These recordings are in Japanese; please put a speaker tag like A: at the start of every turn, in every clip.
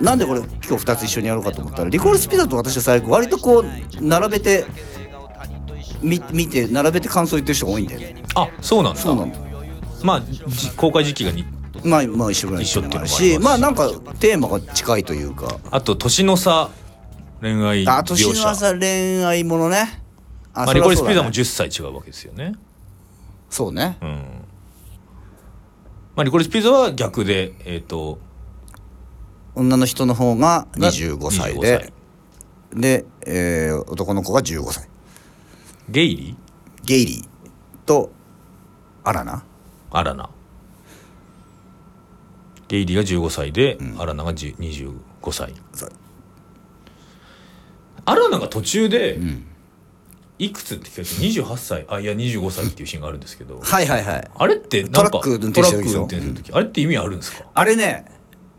A: なんでこれ今日2つ一緒にやろうかと思ったらリコールスピザと私は最後割とこう並べてみ見て並べて感想言ってる人が多いんだよね
B: あそうなんだ
A: そうなんだ
B: まあじ公開時期がに
A: まあまあ一緒ぐらい
B: 一緒っていうのもあります
A: しまあなんかテーマが近いというか
B: あと年の差恋愛
A: あ
B: 描
A: 年の
B: 写
A: 朝恋愛ものねあ
B: まあ、リコリス・
A: そ
B: ピ
A: りゃ
B: ザ
A: そうだね
B: も10歳違うわけですよね
A: そうね
B: うんまあリコリス・ピザは逆でえっ、と
A: 女の人の方が25歳で
B: 25歳
A: で、えー男の子が15歳
B: ゲイリー
A: ゲイリーとアラナ
B: アラナゲイリーが15歳で、アラナが10 25歳
A: そう
B: アラナが途中で、いくつって聞かれて28歳あいや25歳っていうシーンがあるんですけど
A: はいはいはい
B: あれってなんか
A: トラック運転してる時でしょ
B: トラック運転する時あれって意味あるんですか
A: あれね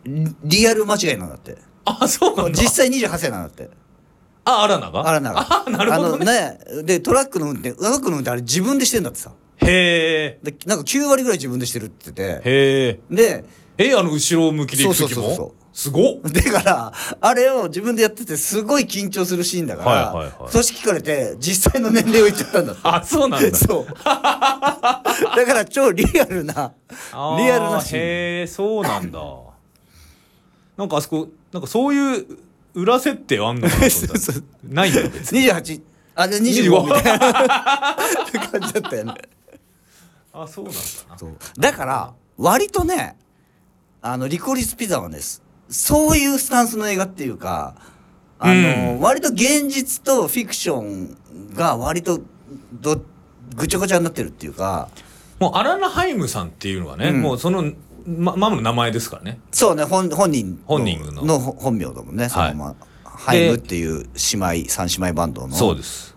A: リリアル間違いなんだって
B: あそうなん だ
A: 実際28歳なんだって
B: あアラナが
A: アラナが
B: あなるほどね
A: あのねでトラックの運転トラックの運転あれ自分でしてんだってさ
B: へ
A: でなんか9割ぐらい自分でしてるって言って
B: えへえ
A: てで
B: えあの後ろ向きで行く時
A: そ
B: も
A: うそうそうそう
B: すごっ
A: だから、あれを自分でやってて、すごい緊張するシーンだから、
B: はいはいはい
A: 年聞かれて、実際の年齢を言っちゃったんだって。
B: あそうなん だ
A: そう。だから、超リアルな、
B: あー
A: リアルなシーン。
B: へえそうなんだなんかあそこなんかそういう裏設定あんのかなと思った
A: そうそう
B: ないんだよ別に
A: 28、あ、で25みたいな って感じだったよね。
B: あそうなんだな
A: そうだから、割とね、あの、リコリスピザはね、すそういうスタンスの映画っていうか、あの、割と現実とフィクションが割とど、ぐちゃぐちゃになってるっていうか、
B: もうアラナハイムさんっていうのはね、
A: うん
B: もうそのまマムの名前ですからね
A: そうね、本本人の
B: 本人の
A: ほ本名だもんね、そのまま。ハ
B: い
A: イムっていう姉妹、三姉妹バンドの
B: そうです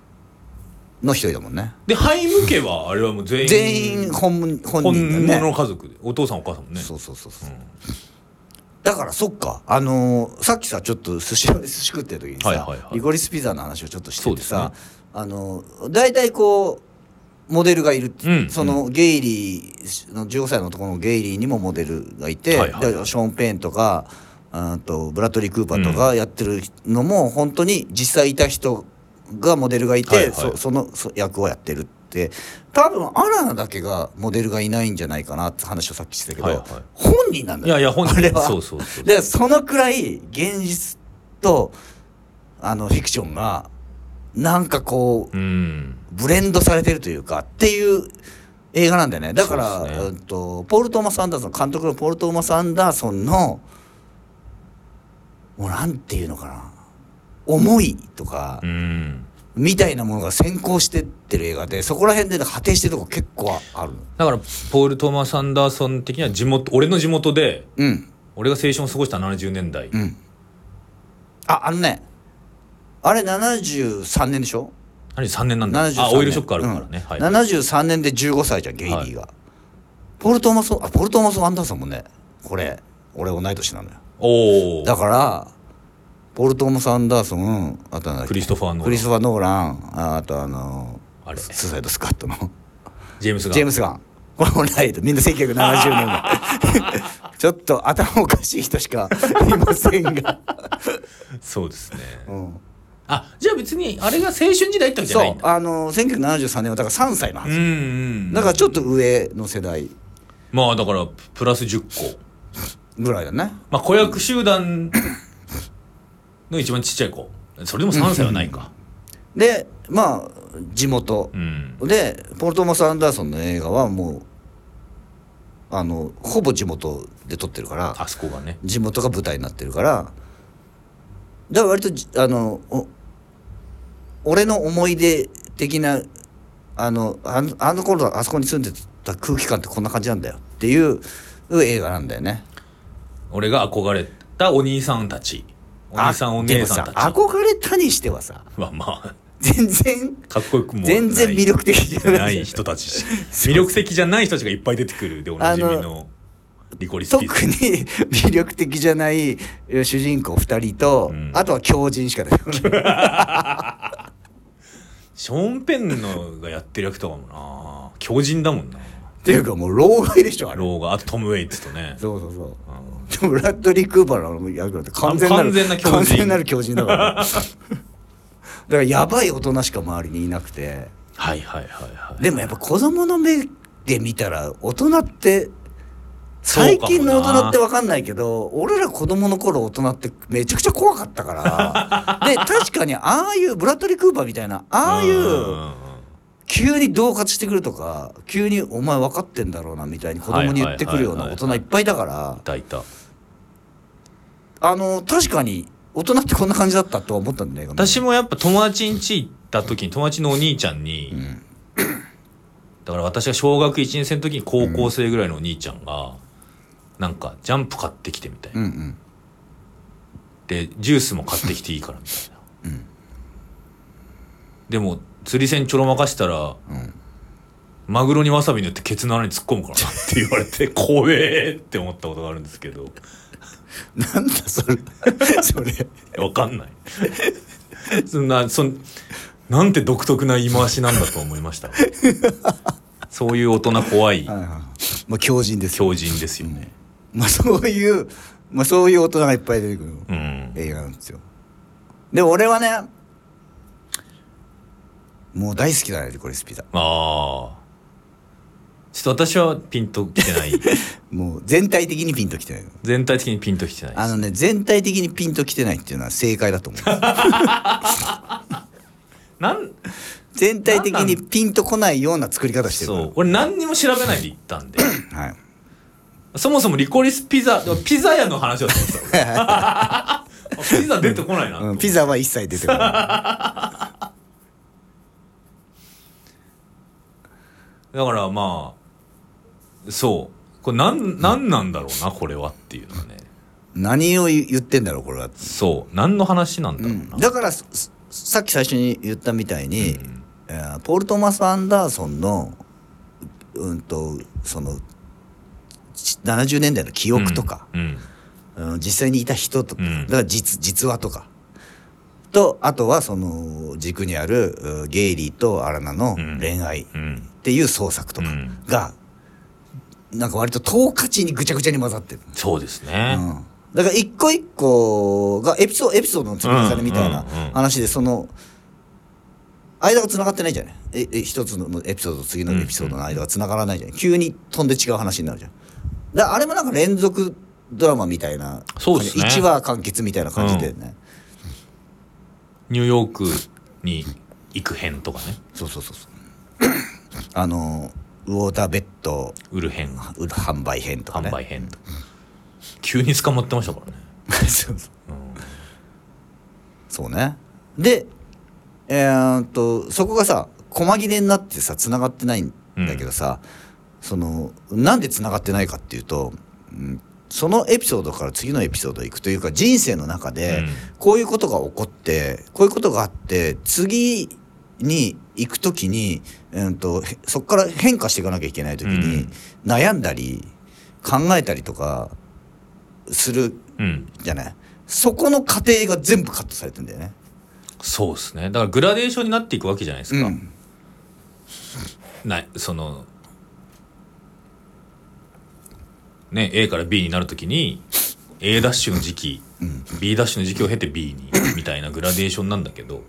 A: の一人だもんね。
B: でハイム家はあれはもう全員
A: 全員本物本
B: 本
A: 人だ
B: 物
A: よね。
B: の家族でお父さんお母さんもね
A: そうそうそうそう。だからそっか、あのーさっきさちょっと寿司屋で寿司食ってる時にさ、
B: はいはいはい
A: リコリスピザの話をちょっとしてて
B: そう
A: さ、
B: で
A: あのー大体こうモデルがいるって、
B: うん
A: そのゲイリーの15歳の男のゲイリーにもモデルがいて、
B: はいはいはい
A: でショーン・ペーンとかあーとブラッドリー・クーパーとかやってるのも本当に実際いた人がモデルがいて、
B: はいはい
A: そそのそ役をやってるって多分アラナだけがモデルがいないんじゃないかなって話をさっきしてたけど、
B: はいはい
A: 本人なんだよ
B: いやいや本
A: あれ
B: 人
A: は
B: そうそうそう
A: でそのくらい現実とあのフィクションがなんかこう
B: うん
A: ブレンドされてるというかっていう映画なんだよねだから、
B: そうですね
A: うんとポール・トーマス・アンダーソン監督のポール・トーマス・アンダーソンのもうなんていうのかな思いとか
B: う、ん
A: みたいなものが先行してってる映画でそこら辺で果てしてるとこ結構ある
B: だからポール・トーマス・アンダーソン的には地元俺の地元で
A: うん
B: 俺が青春を過ごした70年代、
A: うんああのねあれ73年でしょ
B: 73年なんだ
A: 73年
B: あオイルショックあるからね、
A: うん
B: はい
A: 73年で15歳じゃんゲイリーが、ポール・トーマスあポール・トーマス・アンダーソンもねこれ俺同い年なのよ
B: おお
A: だからポール・トーマス・アンダーソンあとなんだっけ
B: クリストファー・ノー
A: ク
B: ラ
A: リ
B: ン
A: ストファー・ノーランああとあの
B: あれ
A: ススーサイド・スカットの
B: ジェームスが
A: ジェームス・ガンこれ同い年みんな1970年代 ちょっと頭おかしい人しかいません が、
B: そうですね
A: うん
B: あじゃあ別にあれが青春時代ってわけじゃ
A: そ
B: ない
A: うん
B: だ
A: あの1973年はだから3歳のは
B: う
A: ず、
B: んうん
A: だからちょっと上の世代
B: まあだからプラス10個
A: ぐらいだね
B: まあ子役集団の一番ちっちゃい子それでも3歳はないか
A: でまあ地元
B: う、ん
A: でポール・トーマス・アンダーソンの映画はもうあのほぼ地元で撮ってるから
B: あそこがね
A: 地元が舞台になってるからだから割とじあのお俺の思い出的なあのあのあの頃あそこに住んでた空気感ってこんな感じなんだよっていう映画なんだよね。
B: 俺が憧れたお兄さんたちお兄さんお姉さんたち
A: あでもさ憧れたにしてはさ
B: はまあ
A: 全然
B: かっこよくもない
A: 全然魅力的じゃ
B: な
A: ない
B: い人たち魅力的じゃない人たちがいっぱい出てくるでおなじみ
A: あ
B: のリコリス
A: 特
B: ピ
A: に
B: ザ
A: 魅力的じゃないえー主人公2人と、
B: うん
A: あとは狂人しか出てこない
B: ショーン・ペンのがやってる役とかもな強靭だもんな
A: っていうかもう老害でしょあれ
B: ローがあとトム・ウェイツとね
A: そうそうそう
B: うん
A: でもブラッドリー・クーパーの役なんて完全なる
B: 完全な巨人
A: 完全なる巨人だからだからやばい大人しか周りにいなくて
B: はいはいはいはい
A: でもやっぱ子供の目で見たら大人って最近の大人って分かんないけど俺ら子供の頃大人ってめちゃくちゃ怖かったから で確かにああいうブラッドリー・クーパーみたいなああい
B: んん
A: うん急に恫喝してくるとか急に「お前分かってんだろうな」みたいに子供に言ってくるような大人いっぱいだから
B: いたいた
A: あの確かに大人ってこんな感じだったとは思ったんだよね
B: 私もやっぱ友達ん家行った時に友達のお兄ちゃんに、だから私が小学1年生の時に高校生ぐらいのお兄ちゃんが、なんかジャンプ買ってきてみたいな、
A: うんうん
B: でジュースも買ってきていいからみたいな、でも釣り銭ちょろまかしたら、マグロにわさび塗ってケツの穴に突っ込むからなって言われて怖えって思ったことがあるんですけど
A: なんだそれそれ
B: わかんないそんなそんなんて独特な言い回しなんだと思いましたそういう大人怖い
A: はいはいはいまあ強靭ですよ
B: 狂人ですよね
A: まあそういうまあそういう大人がいっぱい出てくる
B: うん
A: 映画なんですよで俺はねもう大好きだねリコリスピザ
B: ああちょっと私はピンときて ない
A: もう全体的にピンときてないの
B: 全体的にピンときてないで
A: あ
B: す
A: のね全体的にピンときてないっていうのは正解だと思 う
B: なん
A: 全体的にピンとこないような作り方してるか
B: そう俺何にも調べないで行ったんで
A: らはい
B: そもそもリコリスピザピザ屋の話だと思ってた あピザ出てこないなと思
A: う
B: っ
A: ん、
B: て
A: ピザは一切出てこない
B: だからまあそうこれなんなんなんだろうなこれはっていうのはね
A: 何を言ってんだろうこれは、
B: そう何の話なんだろうな、
A: だからすすさっき最初に言ったみたいに、
B: ん
A: えーポール・トーマス・アンダーソンのうんとそのち70年代の記憶とか、
B: うん、うん
A: うん実際にいた人とか、
B: うん
A: だから実実話とかとあとはその軸にあるうんゲイリーとアラナの
B: うん
A: 恋愛っ
B: うん
A: ていう創作とか
B: うん
A: が、なんか割と等価値にぐちゃぐちゃに混ざってる。
B: そうですね、
A: だから一個一個がエピソードエピソードの積み重ねみたいな
B: うんうんうん
A: 話でその間がつながってないじゃないええ一つのエピソードと次のエピソードの間がつながらないじゃない急に飛んで違う話になるじゃんだからあれもなんか連続ドラマみたいな
B: そうですね
A: 1話完結みたいな感じだよね、
B: ニューヨークに行く編とかね
A: そうそうそうそうあのウォーターベッド
B: 売る編
A: 販売編とかね
B: 販売編とか、急に捕まってましたから ね
A: そうそうねでえーっとそこがさ細切れになってさつながってないんだけどさ、そのなんでつながってないかっていうと、うん、そのエピソードから次のエピソード行くというか人生の中で
B: うん
A: こういうことが起こってこういうことがあって次に行く時に、うん、とへそこから変化していかなきゃいけない時に、悩んだり考えたりとかする
B: うん
A: じゃないそこの過程が全部カットされてんだよね
B: そうですねだからグラデーションになっていくわけじゃないですか、
A: うん
B: ないそのね A から B になるときに A ダッシュの時期、B ダッシュの時期を経て B にみたいなグラデーションなんだけど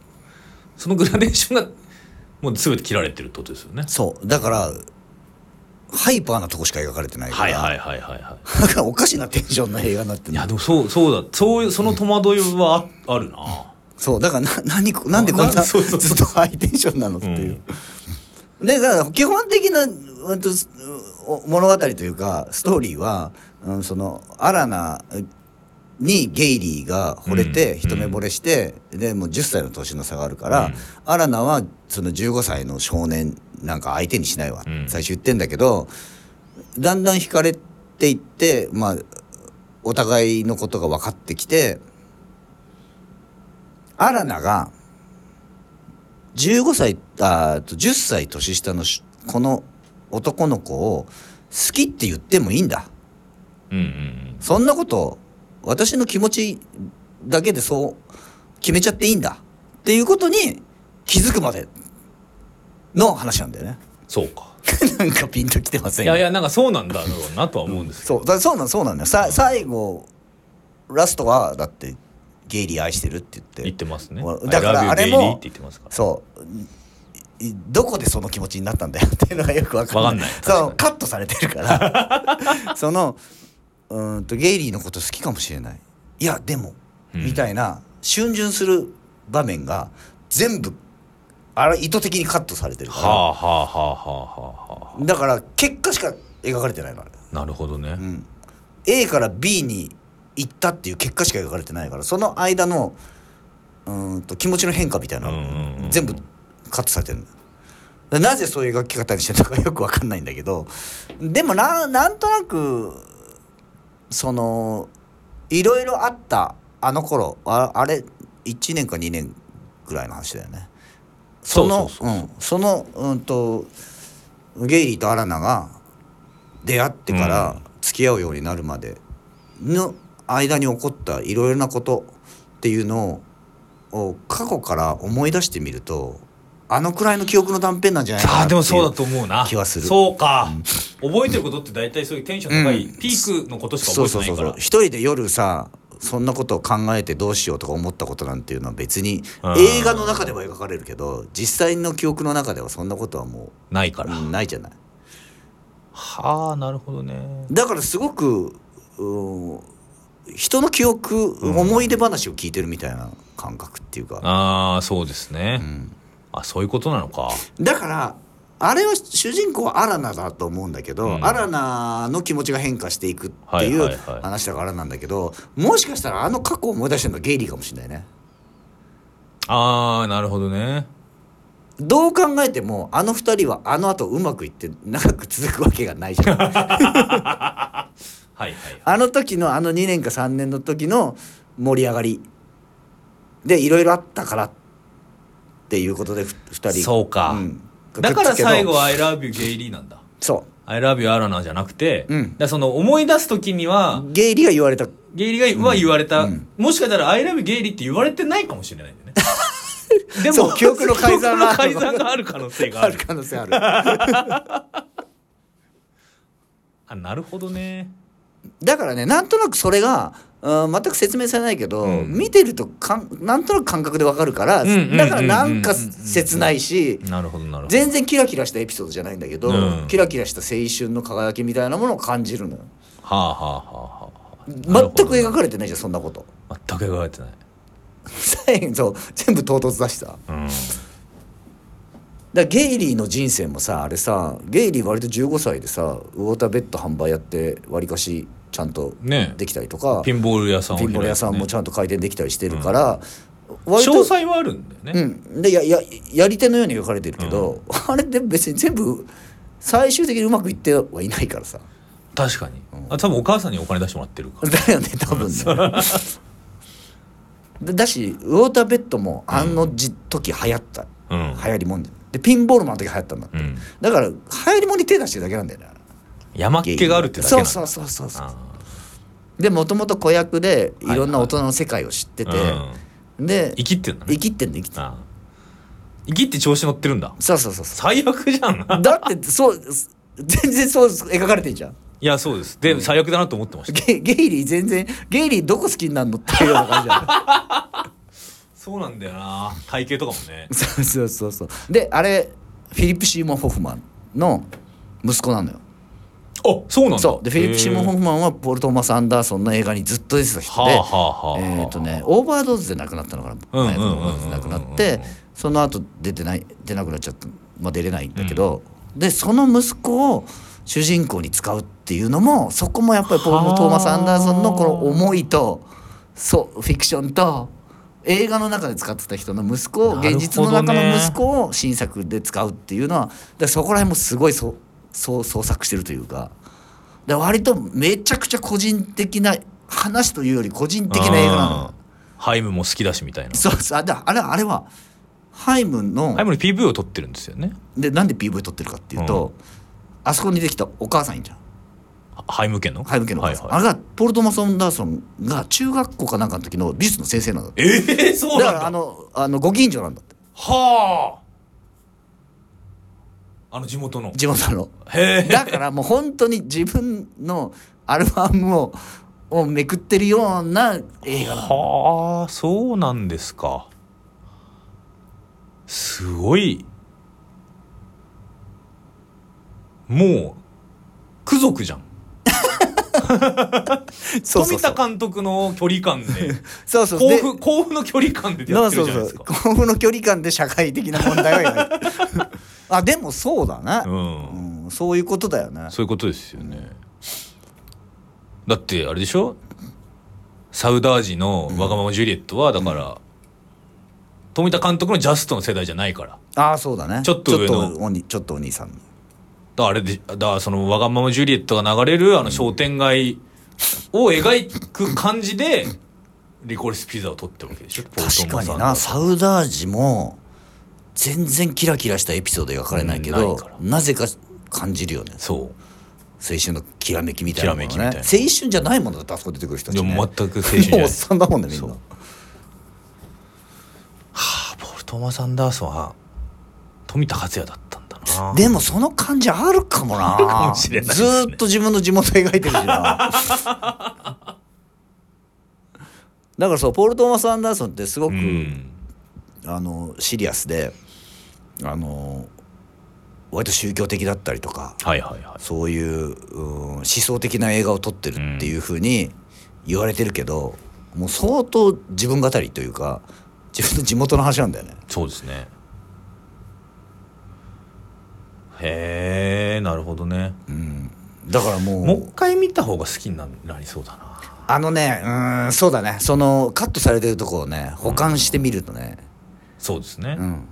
B: そのグラデーションがもう全て切られてるってことですよね
A: そうだからハイパーなとこしか描かれてないから、
B: はいはいはいはいは
A: なんかおかしなテンションの映画になって
B: い
A: ん
B: い
A: の
B: やでもそうそうだそういうその戸惑いはああるな
A: そうだからな 何こなんでこんな
B: な
A: ず
B: そうそう
A: っとハイテンションなのっていう、だから基本的な、うん、とすお物語というかストーリーは、うん、そのアラナにゲイリーが惚れて、
B: うん
A: 一目惚れして、でもう10歳の年の差があるから、
B: うん
A: アラナはその15歳の少年なんか相手にしないわ、
B: うん
A: 最初言ってんだけどだんだん惹かれていってまあお互いのことが分かってきてアラナが15歳あーと10歳年下のしこの男の子を好きって言ってもいいんだ
B: うんうん
A: そんなこと私の気持ちだけでそう決めちゃっていいんだっていうことに気づくまでの話なんだよね。
B: そうか
A: なんかピンときてません
B: い
A: よ
B: やいやなんかそうなんだろうなとは思うんですけど
A: そうだそうなんそうなんだよさ最後ラストはだってゲイリー愛してるって言
B: 言っ
A: って
B: てますね
A: ほらだから
B: I love you,
A: あれ
B: Daily
A: も
B: って言ってますから
A: そういいどこでその気持ちになったんだよっていうのがよくわかんない
B: わかんない
A: そうカットされてるから そのうーんとゲイリーのこと好きかもしれないいやでも、
B: うん
A: みたいな逡巡する場面が全部あれ意図的にカットされてる
B: は
A: か
B: あはあはあはあはあは
A: らだから結果しか描かれてないのあれ
B: あなるほどね、
A: うん A から B に行ったっていう結果しか描かれてないからその間のうーんと気持ちの変化みたいな、
B: うんうんうん
A: 全部カットされてるんだだなぜそういう描き方にしてるのか よくわかんないんだけどでもななんとなくそのいろいろあったあの頃ああれ1年か2年ぐらいの話だよね。その
B: そうそう
A: うんそのうんとゲイリーとアラナが出会ってから付き合うようになるまでの間に起こったいろいろなことっていうのをを過去から思い出してみるとあのくらいの記憶の断片なんじゃないかな
B: あ
A: っ
B: あ
A: て
B: で
A: いう
B: もそうだと思うな
A: 気はする
B: そうか、覚えてることって大体そういうテンション高い、ピークのことしか
A: そう
B: 覚
A: そう
B: えて
A: そうそ
B: ないか
A: う
B: ら
A: 一人で夜さそんなことを考えてどうしようとか思ったことなんていうのは別に
B: うん
A: 映画の中では描かれるけど実際の記憶の中ではそんなことはも
B: ないか
A: う
B: ら、
A: うんないじゃない
B: はあなるほどね
A: だからすごくうん人の記憶、思い出話を聞いてるみたいな感覚っていうか、
B: ああそうですね、
A: うん
B: あそういうことなのか
A: だからあれは主人公はアラナだと思うんだけど、
B: うん
A: アラナの気持ちが変化していくってい
B: はいうはいはい
A: 話だからなんだけど、もしかしたらあの過去を思い出してるのはゲイリーかもしれないね
B: ああなるほどね
A: どう考えてもあの二人はあの後うまくいって長く続くわけがないじゃん
B: はいはい
A: あの時のあの2年か3年の時の盛り上がりでいろいろあったからっていうことでふ2人
B: そうか
A: ん
B: だから最後
A: は
B: は「ILOVEYOU ゲイリー」なんだ
A: そ
B: 「ILOVEYOU アラナ」じゃなくて、
A: うん
B: だからその思い出す時には
A: うゲイリーが言われた
B: ゲイリーがは言われた、もしかしたら「ILOVEYOU ゲイリー」って言われてないかもしれない んだよねで
A: そう記憶の改ざんが
B: 記憶の改ざんがある可能性が
A: あ
B: あ
A: る
B: る
A: 可能性ある
B: あなるほどね
A: だからねなんとなくそれがうん全く説明されないけど、
B: うん
A: 見てるとかんなんとなく感覚でわかるから、
B: うんうんうんうん
A: だからなんか切ないし、
B: なるほどなるほど
A: 全然キラキラしたエピソードじゃないんだけど、
B: うん
A: キラキラした青春の輝きみたいなものを感じるのよ
B: はあはあはあはあ
A: 全
B: なるほど
A: く描かれてないじゃんそんなこと
B: 全く描かれてない
A: 最後全部唐突だしさだか
B: うん
A: らゲイリーの人生もさあれさゲイリー割と15歳でさウォーターベッド販売やって割かしちゃんと
B: ねえ
A: できたりとか、
B: ピンボール屋さんを
A: ピ
B: 開い
A: ン
B: て
A: ボール屋さんもちゃんと回転できたりしてるから、
B: 詳
A: 割と
B: 細はあるんだよね、
A: うん、でやややり手のように描かれてるけど、あれで別に全部最終的にうまくいってはいないからさ
B: 確かに、あ多分お母さんにお金出してもらってるから
A: だよね多分ね。だだしウォーターベッドもあのじ、時流行った
B: うん
A: 流行りもんででピンボールもあの時流行ったんだって、
B: うん
A: だから流行りもんに手出してるだけなんだよね
B: 山っ気があるってだけなん
A: そう
B: だ
A: そうそうそうそう
B: あ
A: でもともと子役でいろんな
B: はいはい
A: 大人の世界を知ってて、
B: ーうん
A: で
B: 生きてんだね
A: 生きてんの生きてんの
B: あー生きって調子乗ってるんだ
A: そうそうそうそ
B: 最悪じゃん
A: うだってそう全然そう描かれてんじゃん
B: いやそうですで、最悪だなと思ってました
A: ゲゲイリー全然ゲイリーどこ好きになるのっていうような感じじゃん
B: そうなんだよな体型とかもね
A: そうそうそうそうであれフィリップ・シーモン・ホフマンの息子なのよ
B: あそうなんだ
A: そうでフィリップ・シーモン・ホ
B: へー
A: フマンはポール・トーマス・アンダーソンの映画にずっと出てた人
B: は
A: で、
B: あはあはあ
A: えっ、とねオーバードーズで亡くなったのかな
B: うんうん
A: 麻
B: うん
A: 薬
B: うんうん
A: のオーバードーズで亡くなってその後出てない出なくなっちゃった、まあ、出れないんだけど、でその息子を主人公に使うっていうのもそこもやっぱりポー
B: はあ
A: ル・トーマス・アンダーソンのこの思いとそうフィクションと映画の中で使ってた人の息子を、
B: なるほどね
A: 現実の中の息子を新作で使うっていうのはだからそこら辺もすごいそうそう創作してるというか。で割とめちゃくちゃ個人的な話というより個人的な映画なの
B: う
A: よ
B: んハイムも好きだしみたいな
A: そうそうあだあれあれはハイムの
B: ハイムの PV を撮ってるんですよね
A: でなんで PV 撮ってるかっていうと、あそこにできたお母さんいんじゃん
B: はハイム家の
A: ハイム家のお母さん、
B: はいはい
A: あれがポール・トーマス・アンダーソンが中学校かなんかの時の美術の先生なんだって
B: ええそう
A: だか
B: なん
A: ら
B: だ
A: あのあのご近所なんだって
B: はああの地元の
A: 地元の
B: へえ
A: だからもう本当に自分のアルバムををめくってるような映画なの
B: はあそうなんですかすごいもう貴族じゃん
A: そうそうそう
B: 富田監督の距離感で
A: そう そう
B: 甲
A: で
B: 府甲府の距離感でやってるじゃないですか
A: そうそうそう甲府の距離感で社会的な問題は描いて るあでもそうだな、
B: うん
A: うんそういうことだよね
B: そういうことですよね。だってあれでしょサウダージの「わがままジュリエット」はだから、富田監督のジャストの世代じゃないから
A: ああそうだね
B: ちょっと上の
A: ちょっとおにちょっとお兄さんの
B: だあれでだからその「わがままジュリエット」が流れるあの商店街を描く感じで「リコリス・ピザ」を撮ってるわけでしょ
A: 確かに
B: ポートンマ
A: な
B: さ
A: サ
B: ん
A: ウダージも全然キラキラしたエピソード描かれないけ
B: うん
A: ど
B: ないから
A: なぜか感じるよね
B: そ
A: 青春のきらめきみたいなものね
B: きらめきみたいな
A: 青春じゃないものだってあそこ出てくる人
B: う
A: たち、
B: で
A: ね、
B: も全く青春じゃな
A: もうお
B: い
A: っさんだもんねみん
B: そう
A: な
B: ポール・トーマス・アンダーソンは富田克也だったんだな
A: でもその感じあるかもな
B: かもしれないです
A: ず
B: ね
A: ーっと自分の地元描いてるし なだからそうポール・トーマス・アンダーソンってすご
B: う
A: く、
B: ん
A: あのシリアスであの割と宗教的だったりとか
B: はいはいはい
A: そういう、うん思想的な映画を撮ってるっていうふうに言われてるけど、もう相当自分語りというか自分の地元の話なんだよね。
B: そうですねへえなるほどね、
A: だからもう
B: もう一回見た方が好きにななりそうだな
A: あのねうんそうだねそのカットされてるとこをね保管してみるとね、
B: そうですね、
A: うん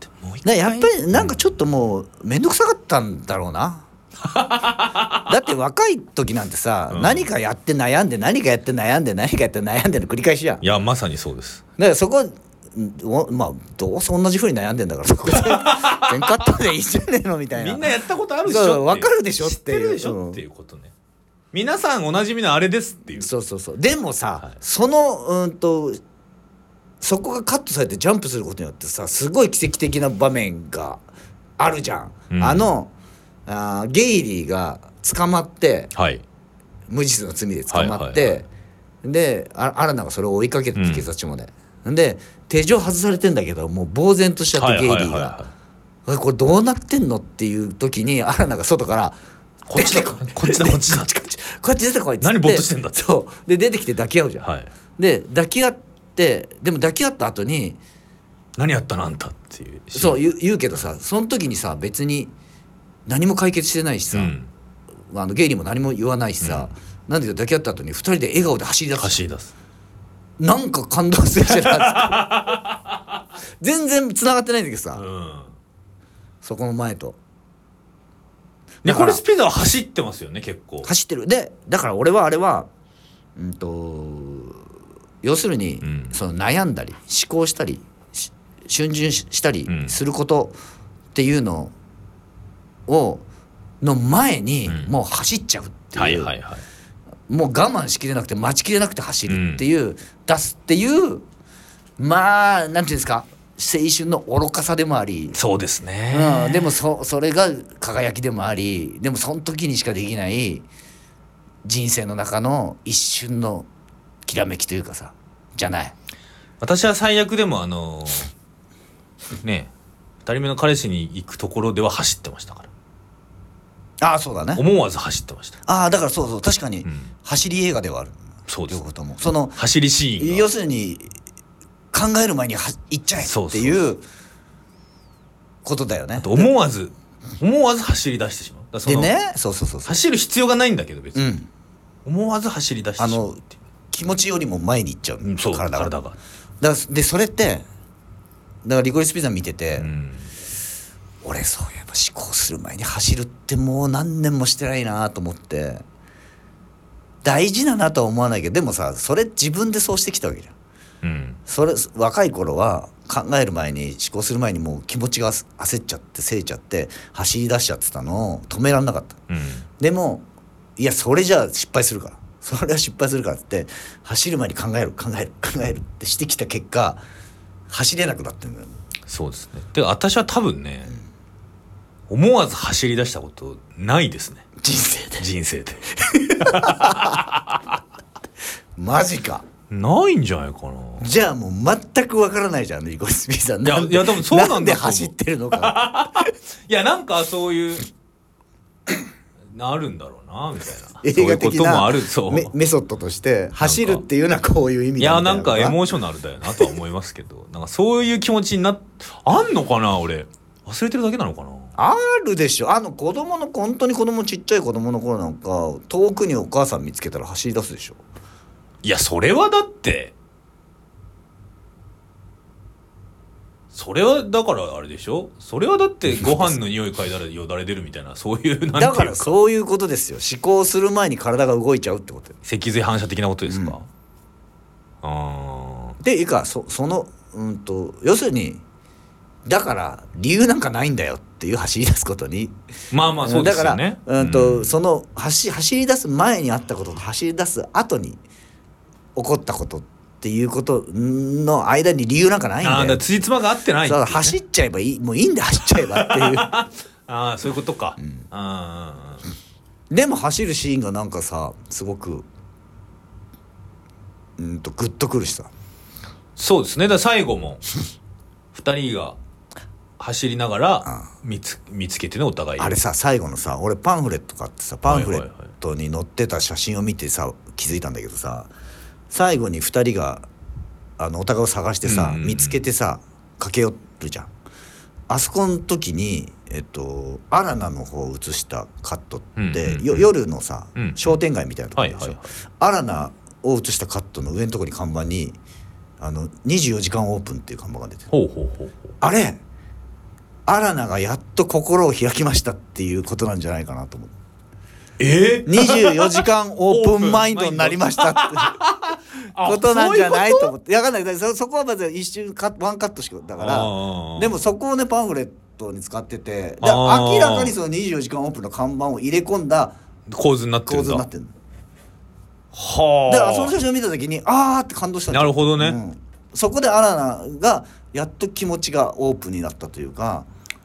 B: でももう一
A: ね
B: 回
A: やっぱりなんかちょっともう面倒くさかったんだろうな だって若い時なんてさ、
B: うん
A: 何かやって悩んで何かやって悩んで何かやって悩んでの繰り返しじゃん
B: いやまさにそうです
A: だからそこんおまあどうせ同じふうに悩んでんだからそ こで全カットでいいじゃねえのみたいな
B: みんなやったことあるでし
A: そう
B: ょ
A: わかるでしょ
B: っ
A: ってて
B: い
A: いうう
B: 知ってるでしょっていうことね皆さんおなじみのあれですっていう
A: そうそうそうでもさ、
B: はい
A: そのうんとそこがカットされてジャンプすることによってさすごい奇跡的な場面があるじゃん、
B: うん
A: あのあーゲイリーが捕まって
B: はい
A: 無実の罪で捕まって、
B: はいはいは
A: であアラナがそれを追いかけてて警察署まで、で手錠外されてんだけどもう呆然としちゃって、ゲイリーが「おいこれどうなってんの?」っていう時にアラナが外から「
B: こっち だ
A: 出てい
B: こっちだこっちだ
A: こっちこっちこっち出てこい」っつって
B: 何ぼーっとしてんだって
A: そうで出てきて抱き合うじゃん、
B: はいはい
A: で抱き合ってでも抱き合った後に
B: 何やったのあんたっていう
A: そう
B: う
A: 言う言うけどさその時にさ別に何も解決してないしさ、
B: ん
A: あのゲイリーも何も言わないしさ、なんで抱き合った後に2人で笑顔で走り出す
B: 走り出す
A: なんか感動するじゃないですか 全然繋がってないんだけどさ、
B: うん
A: そこの前と
B: ニ
A: だ
B: コ
A: から
B: リス・ピザは走ってますよね結構
A: 走ってるでだから俺はあれはうんと要するに、
B: ん
A: その悩んだり思考したりし逡巡ししたり
B: うん
A: することっていうのをの前に、
B: ん
A: もう走っちゃうっていう、
B: はいはいはい
A: もう我慢しきれなくて待ちきれなくて走るっていう、出すっていうまあなんていうんですか青春の愚かさでもあり
B: そうですね、
A: うん、でもそそれが輝きでもありでもその時にしかできない人生の中の一瞬のきらめきというかさじゃない
B: 私は最悪でもあのーねえ2人目の彼氏に行くところでは走ってましたから
A: ああそうだね
B: 思わず走ってました
A: ああだからそうそう確かに
B: ん
A: 走り映画ではある、
B: そうです
A: 両方ともその
B: 走りシーンが
A: 要するに考える前には行っちゃえ
B: そう
A: って
B: そう
A: いうことだよね
B: あと思わず思わず走り出してしまうだからそ
A: で
B: の
A: ねそうそうそうそう
B: 走る必要がないんだけど別
A: う
B: に、
A: ん
B: 思わず走り出してしまうっていう
A: 気持ちよりも前に行っちゃう、
B: うんそう体が
A: だからでそれってだからリコリスピザ見てて、
B: うん
A: 俺そういえば思考する前に走るってもう何年もしてないなと思って大事だなとは思わないけどでもさそれ自分でそうしてきたわけじゃん
B: うん
A: それ若い頃は考える前に思考する前にもう気持ちが焦っちゃってせいちゃって走り出しちゃってたのを止めらんなかった
B: うん
A: でもいやそれじゃあ失敗するからそれは失敗するからって走る前に考える考える考えるってしてきた結果走れなくなってんだよ
B: そうですねで私は多分ね、思わず走り出したことないですね
A: 人生で
B: 人生で
A: マジか
B: ないんじゃないかな
A: じゃあもう全くわからないじゃんリコスピーさん
B: いや
A: なん
B: いや多分そうなんだ
A: な
B: と思うん
A: で走ってるのか
B: いやなんかそういうなるんだろうなみたいな
A: 映画
B: そうい
A: 的
B: うことも
A: な
B: あるそう
A: メメソッドとして走るっていうのはこういう意味
B: い
A: だ
B: や
A: みた
B: ないんかエ
A: のが
B: モーショナルだよなとは思いますけどなんかそういう気持ちになっあんのかな俺忘れてるだけなのかな
A: あるでしょあの子供の本当に子供ちっちゃい子供の頃なんか遠くにお母さん見つけたら走り出すでしょ
B: いやそれはだってそれはだからあれでしょそれはだってご飯の匂い嗅いだらよだれ出るみたいなそういうなんてい
A: だ
B: う
A: か
B: から
A: そういうことですよ思考する前に体が動いちゃうってことよ
B: 脊髄反射的なことですか、あー
A: でいいかそそのうんと要するにだから理由なんかないんだよっていう走り出すことに
B: まあまあそうですよね
A: だからうんと、その走走り出す前にあったことと走り出す後に起こったことっていうことの間に理由なんかないん
B: ああ
A: だ
B: ーだから
A: よ。
B: 辻褄が合ってないってい
A: そ
B: う
A: う
B: ね
A: 走っちゃえばいいもういいんで走っちゃえばってい
B: ああそういうことか、あー
A: うでも走るシーンがなんかさすごくうんとグッとくるしさ
B: そうですねだから最後も二人が走りながら見つ見つけてねお互い
A: あれさ最後のさ俺パンフレット買ってさパンフレットに載ってた写真を見てさ気づいたんだけどさ最後に2人があのお互いを探してさ、
B: うんうんうん
A: 見つけてさ駆け寄るじゃんあそこの時にえっとアラナの方を映したカットって、
B: うんうんうん
A: よ夜のさ、
B: うん
A: 商店街みたいなところでしょ、
B: はいはいはい
A: アラナを映したカットの上のところに看板にあの「24時間オープン」っていう看板が出てる
B: ほうほうほうほう
A: あれアラナがやっと心を開きましたっていうことなんじゃないかなと思う
B: ええ
A: 24時間オープンマインドになりま したってことなんじゃないと思っていやわかんないだからそそこはまず一瞬カットワンカットしかだからでもそこをねパンフレットに使っててで
B: あー
A: 明らかにその24時間オープンの看板を入れ込んだ
B: 構図になって
A: 構
B: るん
A: 図
B: だ
A: になってるの
B: はあ
A: だからその写真を見た時にあーって感動したんだ
B: なるほどね、
A: うんそこでアラナがやっと気持ちがオープンになったというか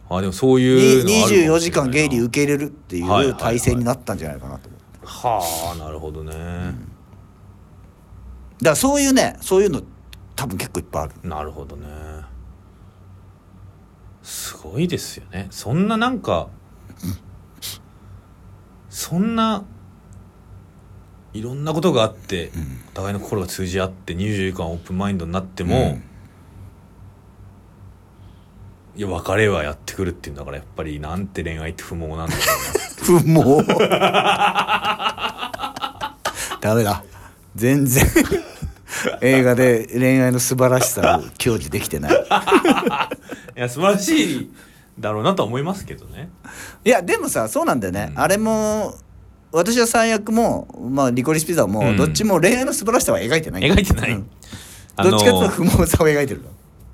B: あでもそういうのあるか
A: 24
B: もし
A: 時
B: れ
A: 間
B: ないな
A: ゲイリー受け入れるってい
B: はいはいうはい
A: 体制になったんじゃないかなと思う、
B: はあなるほどね、
A: だからそういうねそういうの多分結構いっぱいある
B: なるほどねすごいですよねそんななんかそんないろんなことがあって、お互いの心が通じ合って24時間オープンマインドになっても、いや別れはやってくるっていうんだからやっぱりなんて恋愛って不毛 なんだろ
A: 不毛 ダメだ全然 映画で恋愛の素晴らしさを享受できて ないう
B: いや素晴らしいだろうなとは思いますけどね
A: いやでもさそうなんだよね、あれも私は最悪も、まあ、リコリスピザも、
B: うん
A: どっちも恋愛の素晴らしさは描いてない
B: 描いてない、
A: うん
B: あ
A: ど
B: の
A: っちかっていうと不毛さを描いてるの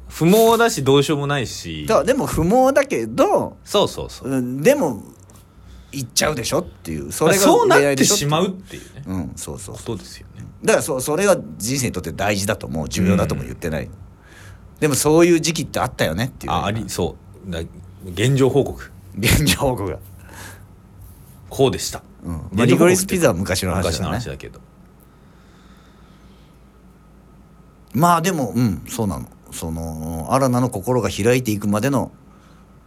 B: 不毛だしどうしようもないし
A: だからでも不毛だけど
B: そうそうそう
A: うんでも行っちゃうでしょっていうそれが
B: そうな
A: 恋
B: っ
A: 愛で
B: て
A: しょ
B: しまうっていうね
A: うんそうそう
B: こ
A: そう
B: とですよね
A: だからそうそれが人生にとって大事だとも重要だとも言ってない、でもそういう時期ってあったよねっていう
B: あありそうだ現状報告
A: 現状報告が、
B: こうでした、
A: うんまあ
B: 現
A: リ
B: 状報告
A: コリスピザは昔の話だね
B: 昔の話だけど
A: まあでもうんそうなのそのアラナの心が開いていくまでの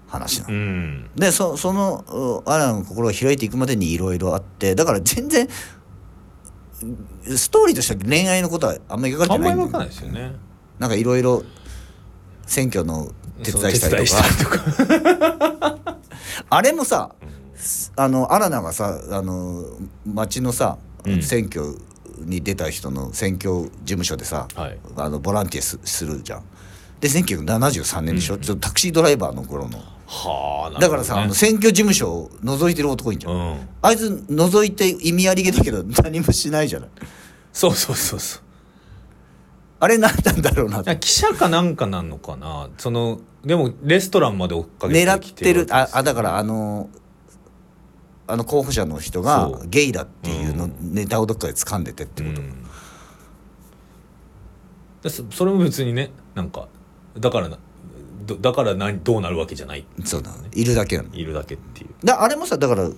A: 話なの、
B: うん
A: でそそのうアランの心が開いていくまでにいろいろあってだから全然うんストーリーとしては恋愛のことはあんまり描かれ
B: あ
A: て
B: ん
A: な
B: ま
A: い
B: り
A: だよ
B: 分かんないですよね
A: なんかいろいろ選挙の手伝いしたりと
B: そう
A: か
B: 手伝いしたりとか
A: あれもさ、あのアラナがさあの町のさ、
B: うん
A: 選挙に出た人の選挙事務所でさ、
B: はい
A: あのボランティアすするじゃん。で1973年でしょ、ちょっとタクシードライバーの頃の
B: はあなるほどね
A: だからさ、あの選挙事務所を覗いてる男いんじゃん、
B: うん
A: あいつ覗いて意味ありげだけど何もしないじゃない
B: そうそうそうそう
A: あれ何なんだろうなっ
B: いや
A: て
B: 記者かなんかなんのかなそのでもレストランまで追っかけて
A: 狙ってる
B: あ
A: ああだからあのあの候補者の人が
B: そう
A: ゲイだっていうの、ネタをどっかで掴んでてってこと、
B: うんでそそれも別にねなんかだからなどだから何どうなるわけじゃない
A: そうだいるだけなの
B: いるだけっていう
A: だあれもさだから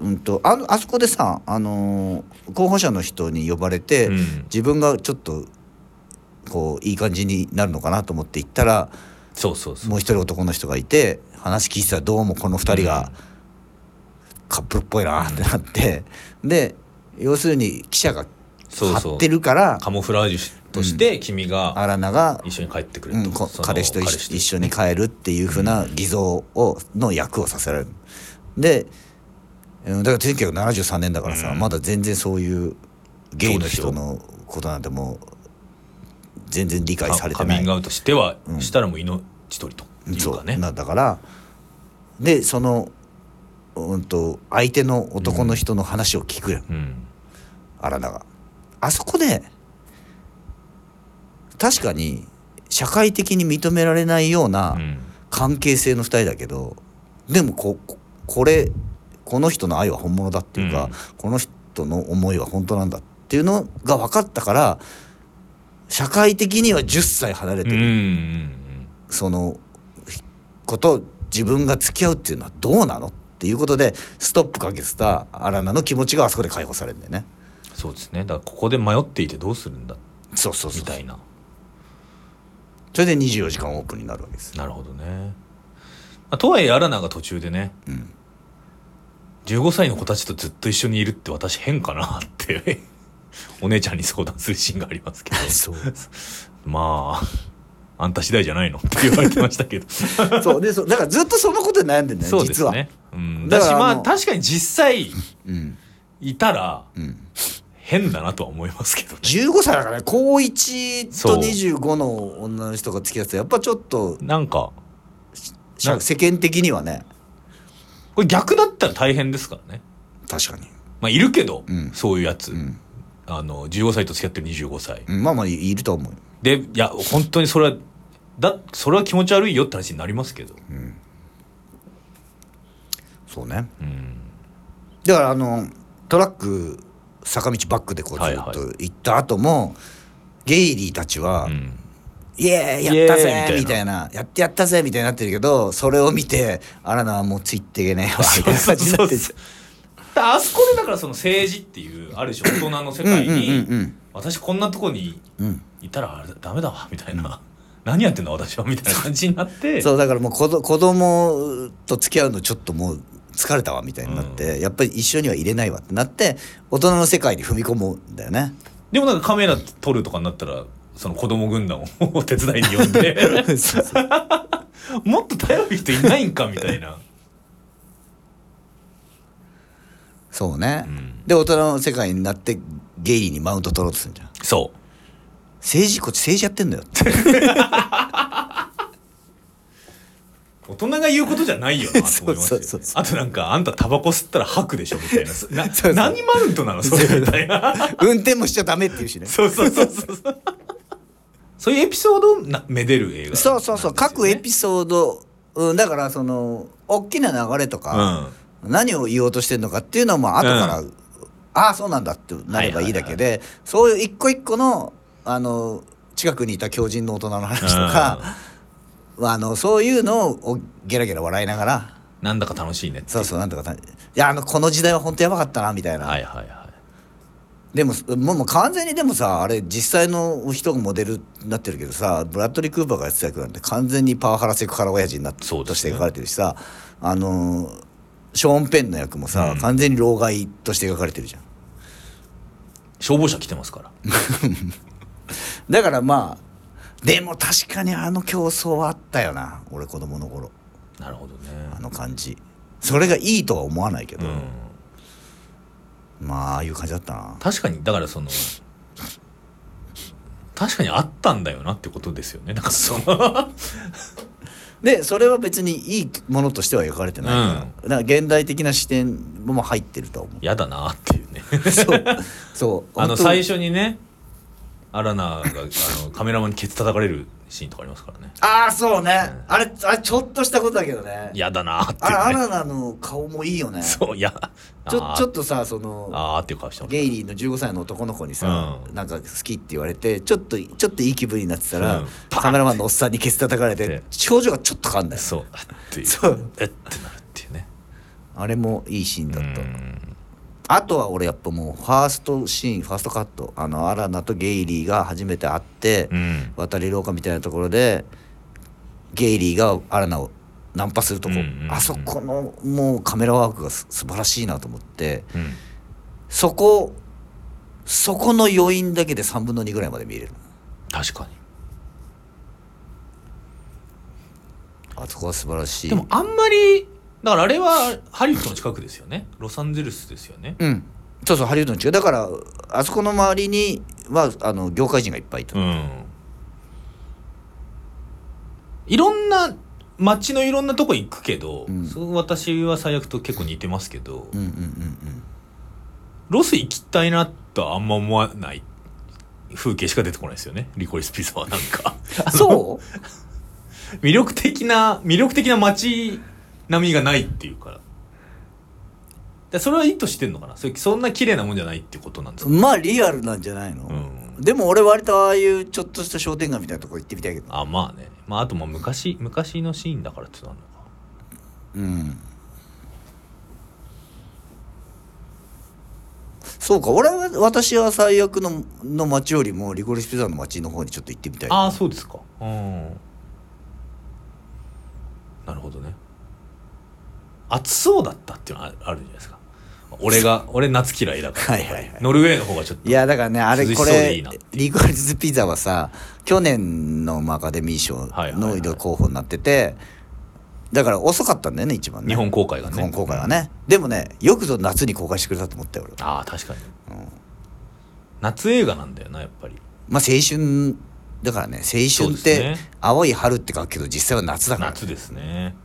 A: うんとあのあそこでさあのー候補者の人に呼ばれて、
B: うん
A: 自分がちょっとこういい感じになるのかなと思って行ったら
B: そうそうそう
A: もう一人男の人がいて話聞いてたらどうもこの二人がカップルっぽいなってなって、で要するに記者が
B: そうそう
A: 張ってるから
B: カモフラージュとして君
A: ア
B: が
A: ラナが、
B: 一緒に帰ってく
A: う
B: れと、
A: ん、こ
B: その
A: 彼氏と一
B: 彼氏
A: 緒一緒に帰るっていうふうな偽造をの役をさせられるでうんだから1973年だからさ、
B: うん
A: まだ全然そういうゲイの人のことなんてもう全然理解されて
B: カ
A: な
B: ミ
A: い
B: ングアウトしては、したらもう命取りという
A: そ
B: か
A: う
B: ね
A: なんだからでそのうんと相手の男の人の話を聞くよ、
B: うん
A: アラナがあそこで確かに社会的に認められないよう
B: う
A: なん関係性の2人だけどでもこここれこの人の愛は本物だっていうか、
B: うん
A: この人の思いは本当なんだっていうのが分かったから社会的には10歳離れ
B: う
A: て
B: んう
A: る
B: ん
A: そのこと自分が付き合うっていうのはどうなのっていうことでストップかけてたアラナの気持ちがあそこで解放されるんだよね
B: そうですねだからここで迷っていてどうするんだ
A: そうそうそ
B: み
A: う
B: たいな
A: それで24時間オープンになるわけです
B: なるほどね、まあとはいえアラナが途中でね、15歳の子たちとずっと一緒にいるって私変かなって お姉ちゃんに相談するシーンがありますけど
A: そう
B: まああんた次第じゃないのって言われてました けど
A: そうでそだからずっとそのことで悩んでんだよ、
B: そうで
A: 実
B: す
A: は、
B: ね、うん、
A: だ
B: だ
A: から
B: し
A: あ
B: まあ
A: の
B: 確かに実際
A: うん
B: いたら
A: うん、
B: 変だなとは思いますけどね
A: 15歳だからね高1
B: そう
A: と25の女の人が付き合ってたらやっぱちょっと
B: なんか
A: 社
B: なん
A: 世間的にはね
B: これ逆だったら大変ですからね
A: 確かに、
B: まあいるけど、
A: うん
B: そういうやつ、
A: うん
B: あの15歳と付き合ってる25歳、
A: うん、まあまあいいると思うよ
B: でいや本当にそれはだそれは気持ち悪いよって話になりますけど、
A: そうね
B: うん
A: だからあのトラック坂道バックでこうず
B: は
A: っ
B: いはい
A: と行った後も、ゲイリーたちは「
B: うん
A: イエーイやった
B: イエ
A: ぜ!」
B: ーイ
A: み
B: み
A: た
B: た
A: いな「やってやったぜ!」みたいになってるけどそれを見て「あらなはもうついていけねえわ」みたいな感じになって
B: そうそうだあそこでだからその政治っていうある種大人の世界に、
A: うんうん
B: 私こんなとこに
A: うん
B: いたらあれダメだわみたいな、何やってんだ私はみたいな感じになって
A: そうだからもう子ど子供と付き合うのちょっともう疲れたわみたいになって、やっぱり一緒には入れないわってなって大人の世界に踏み込むんだよ ね。
B: でもなんかカメラ撮るとかになったらその子供軍団を お手伝いに呼んで もっと頼る人いないんかみたいな、
A: そうね、
B: うん
A: で大人の世界になってゲイリーにマウント取ろうとするじゃん
B: そう
A: 政治こっち政治やってんだよって
B: 大人が言うことじゃないよなと思い ま
A: そうそうそう
B: す
A: そ
B: あとなんかあんたタバコ吸ったら吐くでしょみたいなすな
A: そうそう
B: 何マウントなのそれみたいな
A: 運転もしちゃダメっていうしね
B: そうそうそうそうそうそういうエピソードをなめでる映画なんですよ
A: そう
B: ね、
A: そうそう、各エピソード、うん、だからその大きな流れとか、
B: うん
A: 何を言おうとしてるのかっていうのはもう後から、ああそうなんだってなればいいだけで、そういう一個一個のあの近くにいた狂人の大人の話とか、あのそういうのをゲラゲラ笑いながら
B: なんだか楽しいねって
A: そうそうなんとかたいやあのこの時代は本当やばかったなみたいな、
B: はいはいは
A: でももうもう完全にでもさあれ実際の人がモデルになってるけどさブラッドリー・クーパーがやってた役なんて完全にパワハラセクハラ親父になっ
B: そう
A: と
B: で
A: し
B: す
A: て
B: ね
A: 描かれてるしさあのーショーン・ペンの役もさ、
B: うん
A: 完全に老害として描かれてるじゃん
B: い消防車来てますから
A: だからまあでも確かにあの競争はあったよな俺子供の頃
B: なるほどね
A: あの感じそれがいいとは思わないけ
B: う
A: ど、
B: ん
A: まあああいう感じだったな
B: 確かにだからその確かにあったんだよなってことですよねなんかそ の
A: でそれは別にいいものとしては描かれてないから,、だから現代的な視点も入ってるとは思う
B: 嫌だなっていうね
A: そう。そう。
B: あ
A: 本
B: の
A: 当に
B: 最初にねアラナがあのカメラマンにケツ叩かれるシーンとかありますからね
A: ああそうね、あれあれちょっとしたことだけどね
B: 嫌だなーって
A: あれア
B: いうね
A: ラナの顔もいいよねち
B: そういや
A: ょちょっ
B: と
A: とさその
B: あーっていう顔してました
A: ゲイリーの15歳の男の子にさ、
B: う
A: なんか好きって言われてちょっとちょっといい気分になってたら、
B: うん
A: カメラマンのおっさんにケツ叩かれ
B: で
A: て表情がちょっと変わんだよ
B: そうあっていう
A: そう
B: えってなるっていうね
A: あれもいいシーンだ
B: う
A: った、
B: ん
A: あとは俺やっぱもうファーストシーンファーストカットあのアラナとゲイリーが初めて会って、
B: うん
A: 渡り廊下みたいなところでゲイリーがアラナをナンパするとこ、
B: うんうんうん
A: あそこのもうカメラワークがす素晴らしいなと思って
B: うん
A: そこそこの余韻だけで3分の2ぐらいまで見れる
B: 確かに
A: あそこは素晴らしい
B: でもあんまりだからあれはハリウッドの近くですよねロサンゼルスですよね
A: うんそうそうハリウッドの違うだからあそこの周りにはあの業界人がいっぱいいた、
B: うんいろんな街のいろんなとこ行くけど、
A: うん
B: そう私は最悪と結構似てますけど、
A: うん、うんうんうん
B: ロス行きたいなとはあんま思わない風景しか出てこないですよねリコリスピザはなん か
A: あそう
B: 魅力的な魅力的な街並みがないっていうからでそれは意図してんのかなそれそんな綺麗なもんじゃないってことなんですか、
A: まあリアルなんじゃないの、
B: うん
A: でも俺割とああいうちょっとした商店街みたいなとこ行ってみたいけど
B: あまあねまああともう昔昔のシーンだからってなるのか
A: うんそうか俺は私は最悪のの街よりもリコリスピザの街の方にちょっと行ってみたい
B: ああそうですかうんなるほどね暑そうだったっていうのはああるじゃないですか俺が俺夏嫌いだか
A: は
B: ら
A: いはいはい
B: ノルウェーの方がちょっと
A: いやだからねあれ
B: 涼し
A: こ
B: そうでいい
A: れ
B: なって
A: リコリスピザはさ去年のまあアカデミー賞
B: はいはいは
A: の
B: い
A: 色々候補になっててだから遅かったんだよね一番ね
B: 日本公開がね
A: 日本公開はねでもねよくぞ夏に公開してくれたと思ったよ俺は
B: ああ確かに、夏映画なんだよなやっぱり
A: まあ青春だからね青
B: そう
A: 春
B: で
A: っ
B: す
A: て
B: ね
A: 青い春って書くけど実際は夏だから
B: 夏ですね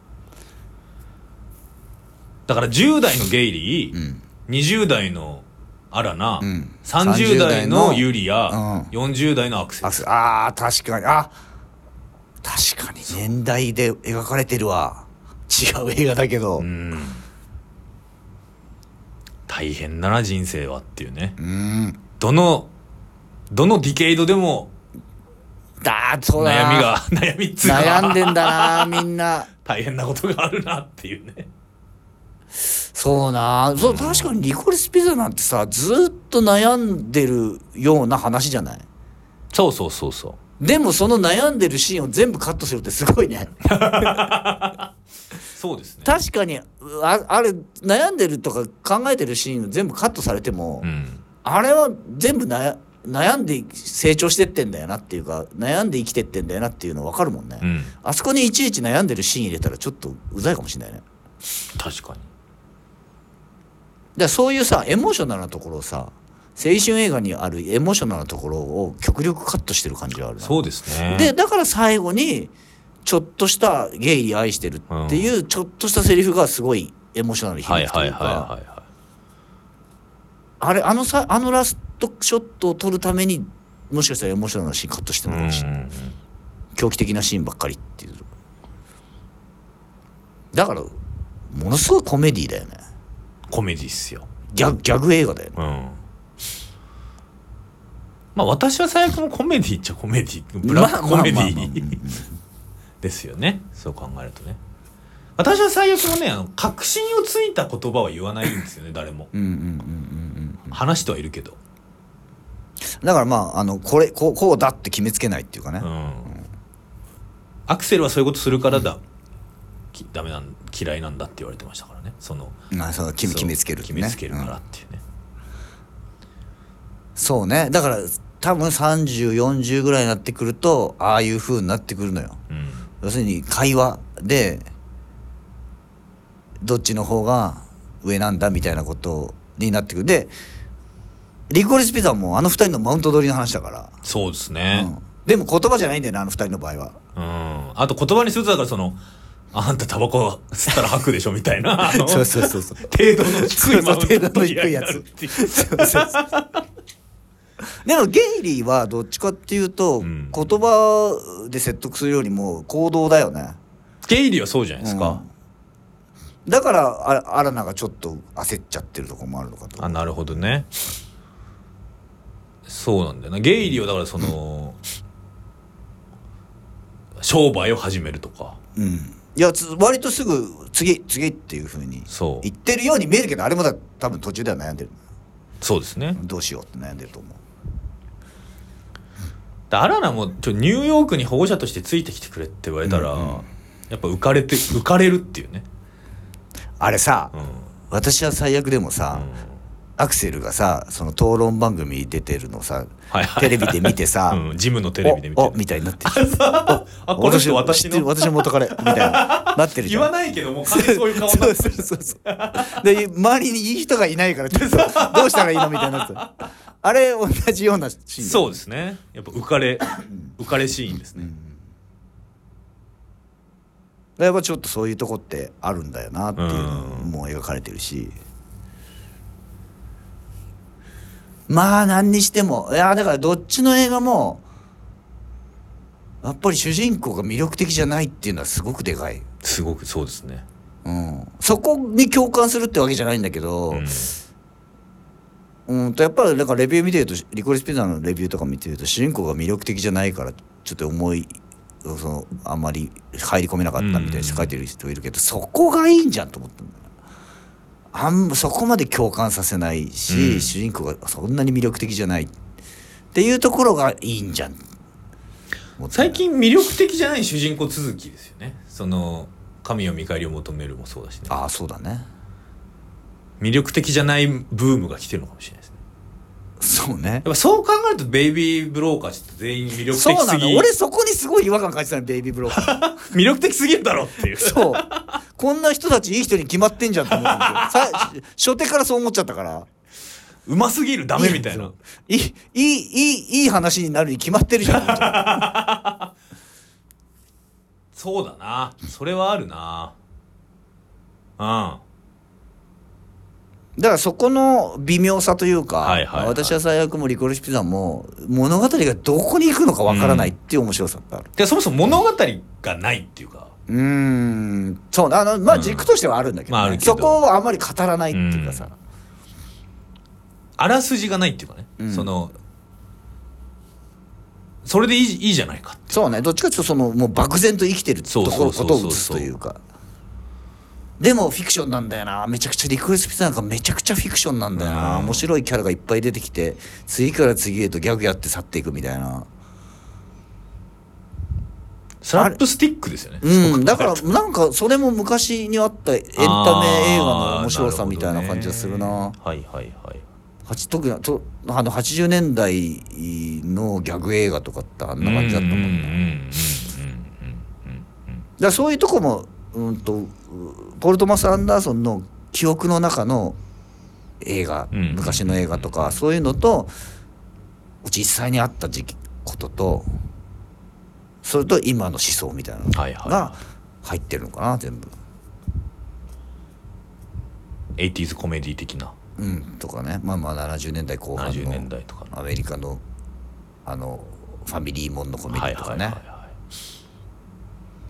B: だから10代のゲイリー、
A: うん
B: 20代のアラナ、
A: ん
B: 30代のユリア、
A: うん
B: 40代のアクセ
A: あ
B: ス
A: すあー確かにあ確かに年代で描かれてるわ違う映画だけどう
B: うんん大変だな人生はっていうねどのどのディケイドでも
A: だーそう
B: 悩
A: だな
B: みが 悩みっつうか
A: 悩んでんだなみんな
B: 大変なことがあるなっていうね
A: そうなそう確かにリコリスピザなんてさずーっと悩んでるような話じゃない
B: そうそうそうそう
A: でもその悩んでるシーンを全部カットするってすごい ね
B: そうですね
A: 確かにああれ悩んでるとか考えてるシーンを全部カットされても、
B: うん
A: あれは全部悩悩んで成長してってんだよなっていうか悩んで生きてってんだよなっていうの分かるもんね、
B: うん
A: あそこにいちいち悩んでるシーン入れたらちょっとうざいかもしれないねだか
B: 確かに
A: らそういうさエモーショナルなところをさ青春映画にあるエモーショナルなところを極力カットしてる感じがあるな
B: そうですね
A: でだから最後にちょっとしたゲイリー愛してるっていうちょっとしたセリフがすごいエモーショナルに
B: はい
A: 響くと
B: はいいうはいは
A: か
B: いは
A: あれあのさあのラストショットを撮るためにもしかしたらエモーショナルなシーンカットして
B: い
A: るのかもしれない
B: うん
A: 狂気的なシーンばっかりっていうだからものすごいコメディだよね
B: コメディっすよ
A: ギャギャグ映画だよね
B: うんまあ私は最悪もコメディっちゃコメディブラックコメデ
A: まあまあまあま
B: ィですよねそう考えるとね私は最悪もねあの確信をついた言葉は言わないんですよね誰も
A: うんうんうんうん
B: 話してはいるけど
A: うんだからまああのこれこうこうだって決めつけないっていうかね、
B: うんアクセルはそういうことするからだ、きダメなん嫌いなんだって言われてましたからねその
A: まあ、その決め
B: そう
A: 決めつける、ね、
B: 決めつけるか
A: う
B: ら
A: ん
B: っていうね、
A: そうねだから多分3040ぐらいになってくるとああいう風になってくるのよ
B: うん
A: 要するに会話でどっちの方が上なんだみたいなことになってくるでリコリスピザはもうあの二人のマウント取りの話だか
B: そうです
A: ら、
B: ね、
A: うんでも言葉じゃないんだよなあの二人の場合は
B: うんあと言葉にするとだからそのあんたタバコ吸ったら吐くでしょみたいなあの
A: そうそうそうそう
B: 程度の低いマウント
A: そうそう程度の低いやつ
B: 取り合になるっていう
A: そうそうそう でもゲイリーはどっちかっていうと、
B: うん
A: 言葉で説得するよりも行動だよね
B: ゲイリーはそうじゃないですか、
A: だからあアラナがちょっと焦っちゃってるとこもあるのかと
B: あなるほどねそうなんだよなゲイリーはだからその商売を始めるとか
A: うんいやつ割とすぐ次次っていうふうに
B: そう
A: 言ってるように見えるけどあれもだ多分途中では悩んでる
B: そうですね
A: どうしようって悩んでると思う
B: だアラナもちょニューヨークに保護者としてついてきてくれって言われたら、
A: うんうん
B: やっぱ浮かれて浮かれるっていうね、
A: あれさ、
B: うん
A: 私は最悪でもさ、
B: うん
A: アクセルがさその討論番組出てるのさ、
B: はいはい
A: テレビで見てさ、
B: うん、ジムのテレビで見
A: お
B: て
A: おみたいになってる
B: あこの人私
A: 知ってる
B: の
A: 私の元彼みたいななってるじゃ
B: 言
A: ん
B: わないけどもう完全にそういう顔になっ て
A: そうそうそうそうで周りにいい人がいないからちょっとどうしたらいいのみたいになってたあれ同じようなシーン
B: そうですねやっぱ浮かれ浮かれシーンですね、
A: やっぱちょっとそういうとこってあるんだよなっていうの
B: うん
A: も描かれてるしまあ何にしてもいやだからどっちの映画もやっぱり主人公が魅力的じゃないっていうのはすごくでかい、
B: すごくそうですね、
A: うん、そこに共感するってわけじゃないんだけど、
B: うん
A: うんとやっぱりなんかレビュー見てるとリコリスピザのレビューとか見てると主人公が魅力的じゃないからちょっと思いそのあんまり入り込めなかったみたいに書いてる人いるけど、そこがいいんじゃんと思ったんだよあんまそこまで共感させないし、
B: うん
A: 主人公がそんなに魅力的じゃないっていうところがいいんじゃん思ったね
B: 最近魅力的じゃない主人公続きですよねその神を見返りを求めるもそうだしね
A: ああそうだね
B: 魅力的じゃないブームが来てるのかもしれないですね
A: そうね
B: やっぱそう考えるとベイビー・ブローカーちょっと全員魅力
A: そ
B: 的
A: うな
B: す
A: の
B: ぎ
A: 俺そこにすごい違和感感じたのベイビーブローカー
B: 魅力的すぎるだろっていう
A: そうこんな人たちいい人に決まってんじゃんと思ったんですよさ初手からそう思っちゃったから
B: うますぎるダメみたいない
A: いいいいいい話になるに決まってるじゃん
B: そうだなそれはあるなうん
A: だからそこの微妙さというか、
B: はいはいはい
A: 私は最悪もリコリシピザも物語がどこに行くのかわからないっていう面白さってある
B: でそもそも物語がないっていうか
A: うーんそうあのまあ軸としてはあるんだけど,、
B: まああるけど
A: そこをあんまり語らないっていうかさ、
B: あらすじがないっていうかね、
A: ん
B: そのそれでいいいいじゃないかって
A: そうねどっちかというとそのもう漠然と生きてると
B: そう
A: こ
B: そ
A: ろ
B: うそ
A: こと
B: うそう
A: を映すというかでもフィクションなんだよなめちゃくちゃリクエストピザなんかめちゃくちゃフィクションなんだよな、
B: うん
A: 面白いキャラがいっぱい出てきて次から次へとギャグやって去っていくみたいな
B: スラップスティックですよね
A: うんだからなんかそれも昔にあったエンタメ映画の面白さみたいな感じがするな
B: あーるほどねはいはいはい
A: はち特にとあの80年代のギャグ映画とかってあんな感じだったもんね、
B: うんうんうんうんうん
A: だからそういうとこも、うん、とうポール・トマス・アンダーソンの記憶の中の映画、
B: うん
A: 昔の映画とかそういうのと実際にあった時期こととそれと今の思想みたいなの
B: はいはい
A: が入ってるのかな全部。
B: 80s コメディ的な
A: うん、とかねまあまあ70年代後半
B: 70年
A: の
B: 代とかの
A: アメリカのあのファミリーもんのコメデ
B: はい
A: ィと
B: は
A: か
B: い
A: ね。
B: はいは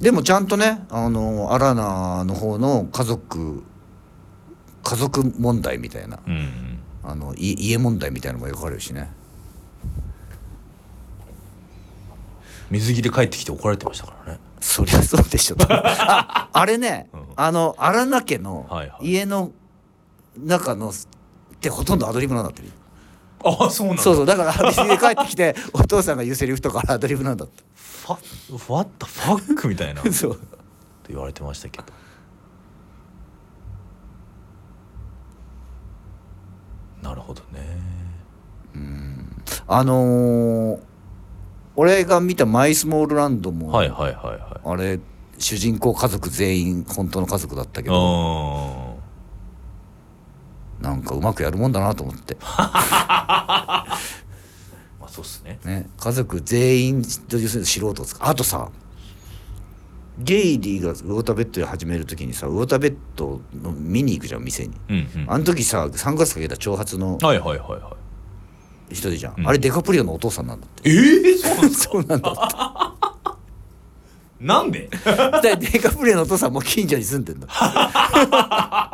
A: でもちゃんとねあのアラナの方の家族家族問題みたいない
B: うんうん
A: あのい家問題みたいなのもよくあるしね
B: 水着で帰ってきて怒られてましたからね
A: そりゃそうでしょ ああれね、
B: うん
A: あの荒名家の
B: はいはい
A: 家の中のってほとんどアドリブなんだって
B: ああそうなんだ
A: そうそうだから水で帰ってきて お父さんが言うセリフとかアドリブなんだって
B: ファファッタファックみたい なって
A: そう
B: 言われてましたけどなるほどね
A: あのー俺が見た「マイスモールランドも」
B: はいはいはいはい
A: あれ主人公家族全員本当の家族だったけど
B: あ
A: なんかうまくやるもんだなと思って、
B: ーまあそうっすね
A: ね、家族全員要するに素人ですかあとさゲイリーがウォーターベッドで始める時にさウォーターベッドの見に行くじゃん店に
B: うんうん
A: あの時さサングラスかけた長髪の
B: はいはいはいはい
A: 人じゃん、
B: うん
A: あれデカプリオのお父さんなんだ って
B: えー、そうなんですか
A: そうなんだ
B: なんで
A: でデカプリオのお父さんも近所に住んでんだ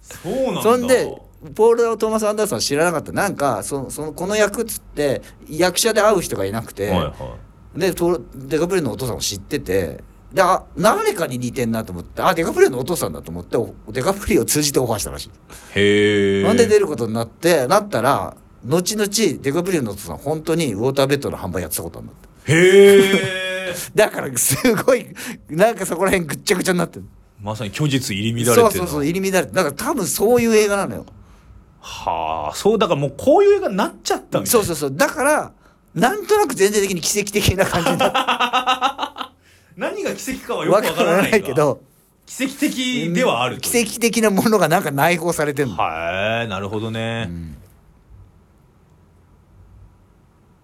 B: そうなんだ
A: そんでポール・トーマス・アンダーソンは知らなかったなんかそのそのこの役っつって役者で会う人がいなくて、
B: はいは
A: でとデカプリオのお父さんを知っててであ誰かに似てんなと思ってあデカプリオのお父さんだと思っておデカプリオを通じてオファーしたらしい、
B: いへえ
A: なんで出ることになってなったら後々デカプリオのお父さん本当にウォーターベッドの販売やってたことになって
B: へえ
A: だからすごいなんかそこら辺ぐっちゃぐちゃになってる
B: まさに虚実入り乱
A: そ
B: れ
A: う
B: て
A: そ
B: る
A: うそう入り乱れてだから多分そういう映画なのよ
B: はあそうだからもうこういう映画になっちゃったみたいな
A: そうそうそうだからなんとなく全体的に奇跡的な感じになって
B: 何が奇跡かはよく
A: わ
B: わ
A: か
B: から
A: ら
B: な
A: ない
B: が
A: いけど
B: 奇跡的 ではあると
A: 奇跡的なものがなんか内包されてるの
B: はいなるほどね、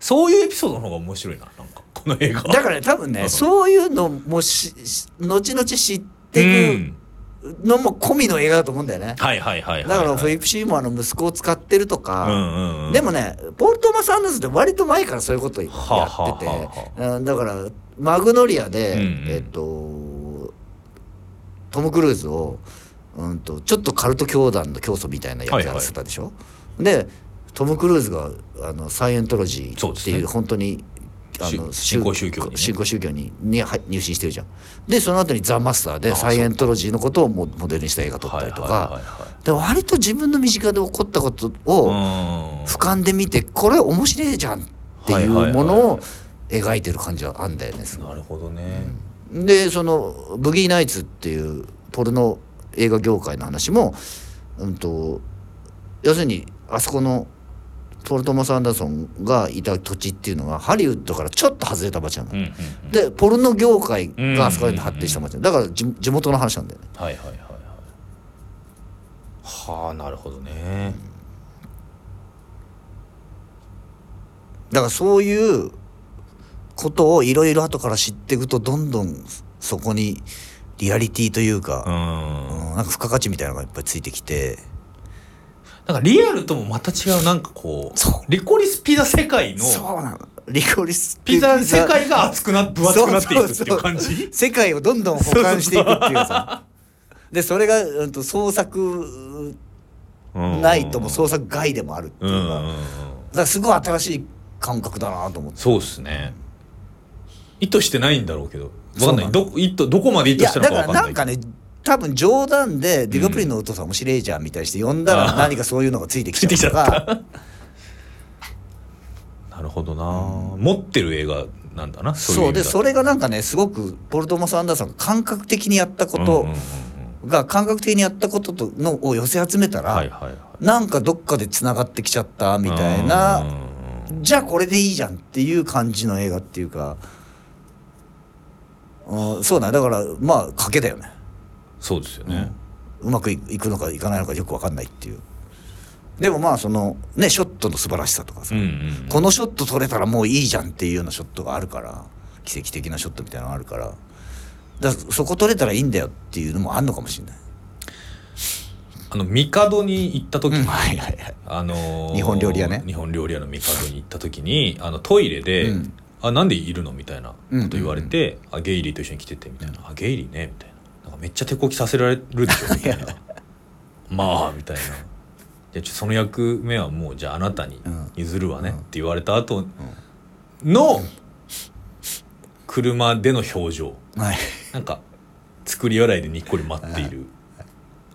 B: そういうエピソードの方が面白いななんかこの映画
A: だからね多分ねそういうのもしし後々知って
B: う
A: い
B: ん
A: くのも込みの映画だと思うんだよね
B: はいはいはいはい、はい、
A: だからフィリップ・シーモアの息子を使ってると
B: う
A: か、
B: んうんうん、
A: でもねポール・トーマス・アンダースって割と前からそういうことやってて、
B: はあはあは
A: うんだからマグノリアで、
B: うんうん
A: えっとトム・クルーズを、うん、とちょっとカルト教団の教祖みたいなやつやらせたでしょ、でトム・クルーズがあのサイエントロジ
B: そう
A: ー
B: で
A: っ
B: す
A: て
B: ね
A: いう本当にあの
B: し新興宗教にね
A: 新興宗教にには入信してるじゃんでその後にザ・マスターでサイエントロジーのことをモモデルにした映画撮ったりとか、
B: はいはいはい
A: で割と自分の身近で起こったことを
B: はい、うん
A: 俯瞰で見てこれ面白いじゃんっていうものを描いてる感じはあんだよね。
B: なるほどね、
A: でその「ブギーナイツ」っていうポルノ映画業界の話も、うん、と要するにあそこのポール・トーマス・アンダーソンがいた土地っていうのはハリウッドからちょっと外れた場所なの。
B: うんうんうん、
A: でポルノ業界があそこら辺で発展した街だから地地元の話なんだよね。
B: はいはいはいはいはあなるほどね、
A: だからそういうことをいろいろ後から知っていくとどんどんそこにリアリティという
B: う
A: か、
B: ん
A: うんなんか付加価値みたいなのがいっぱいついてきて
B: なんかリアルともまた違うなんかこう
A: そ
B: リコリスピザ世界の
A: そうなのリコリス
B: ピザ世界が熱くな分厚くなっていくっていう感じ
A: そうそうそう世界をどんどん補完していくっていうさでそれが、うん、と創作ないとも創作外でもあるって
B: う
A: い
B: んうん
A: う
B: う
A: か,、
B: んうん
A: だからすごい新しい感覚だなと思って。
B: そうっすね意図してないんだろうけどわかんな
A: そうなん
B: い
A: だ
B: ど意図どこまで意
A: い
B: 図
A: や
B: した
A: だ
B: の
A: か
B: かわ
A: ら
B: かん
A: な
B: なんい
A: かね多分冗談でディカプリのお父さん面白いじゃんみたいにして呼んだら
B: あー
A: 何かそういうのがついてきちゃうと
B: ついてき
A: か
B: なるほどな、持ってる映画なんだなそうい
A: そううでそれがなんかねすごくポール・トーマス・アンダーソンが感覚的にやったこと
B: うんうんうんうん
A: が感覚的にやったこととのを寄せ集めたら、
B: はいはいはい
A: なんかどっかでつながってきちゃったみたい
B: うんうん
A: な
B: うん
A: じゃあこれでいいじゃんっていう感じの映画っていうか、うん、そうだねだからまあ賭けだよね
B: そうですよね、
A: うまくいいくのかいかないのかよくわかんないっていうでもまあそのねショットの素晴らしさとか
B: う
A: さ、
B: ん、うんうん
A: このショット取れたらもういいじゃんっていうようなショットがあるから奇跡的なショットみたいなのがあるからだからそこ取れたらいいんだよっていうのもあんのかもしれない、
B: あの帝に行った時に、
A: うんはいはいはい
B: あのー
A: 日本料理屋ね
B: 日本料理屋の帝に行った時にあのトイレで「
A: うん
B: あなんでいるの?」みたいなこと言われて「あゲイリーと一緒に来てて」みたいな「あゲイリーね」みたいな「なんかめっちゃ手こきさせられるでしょ」みたいな「まあ」みたいな「じゃあちょその役目はもうじゃああなたに
A: うん
B: 譲るわね」って言われた後の車での表情
A: はい、
B: なんか作り笑いでにっこり待っている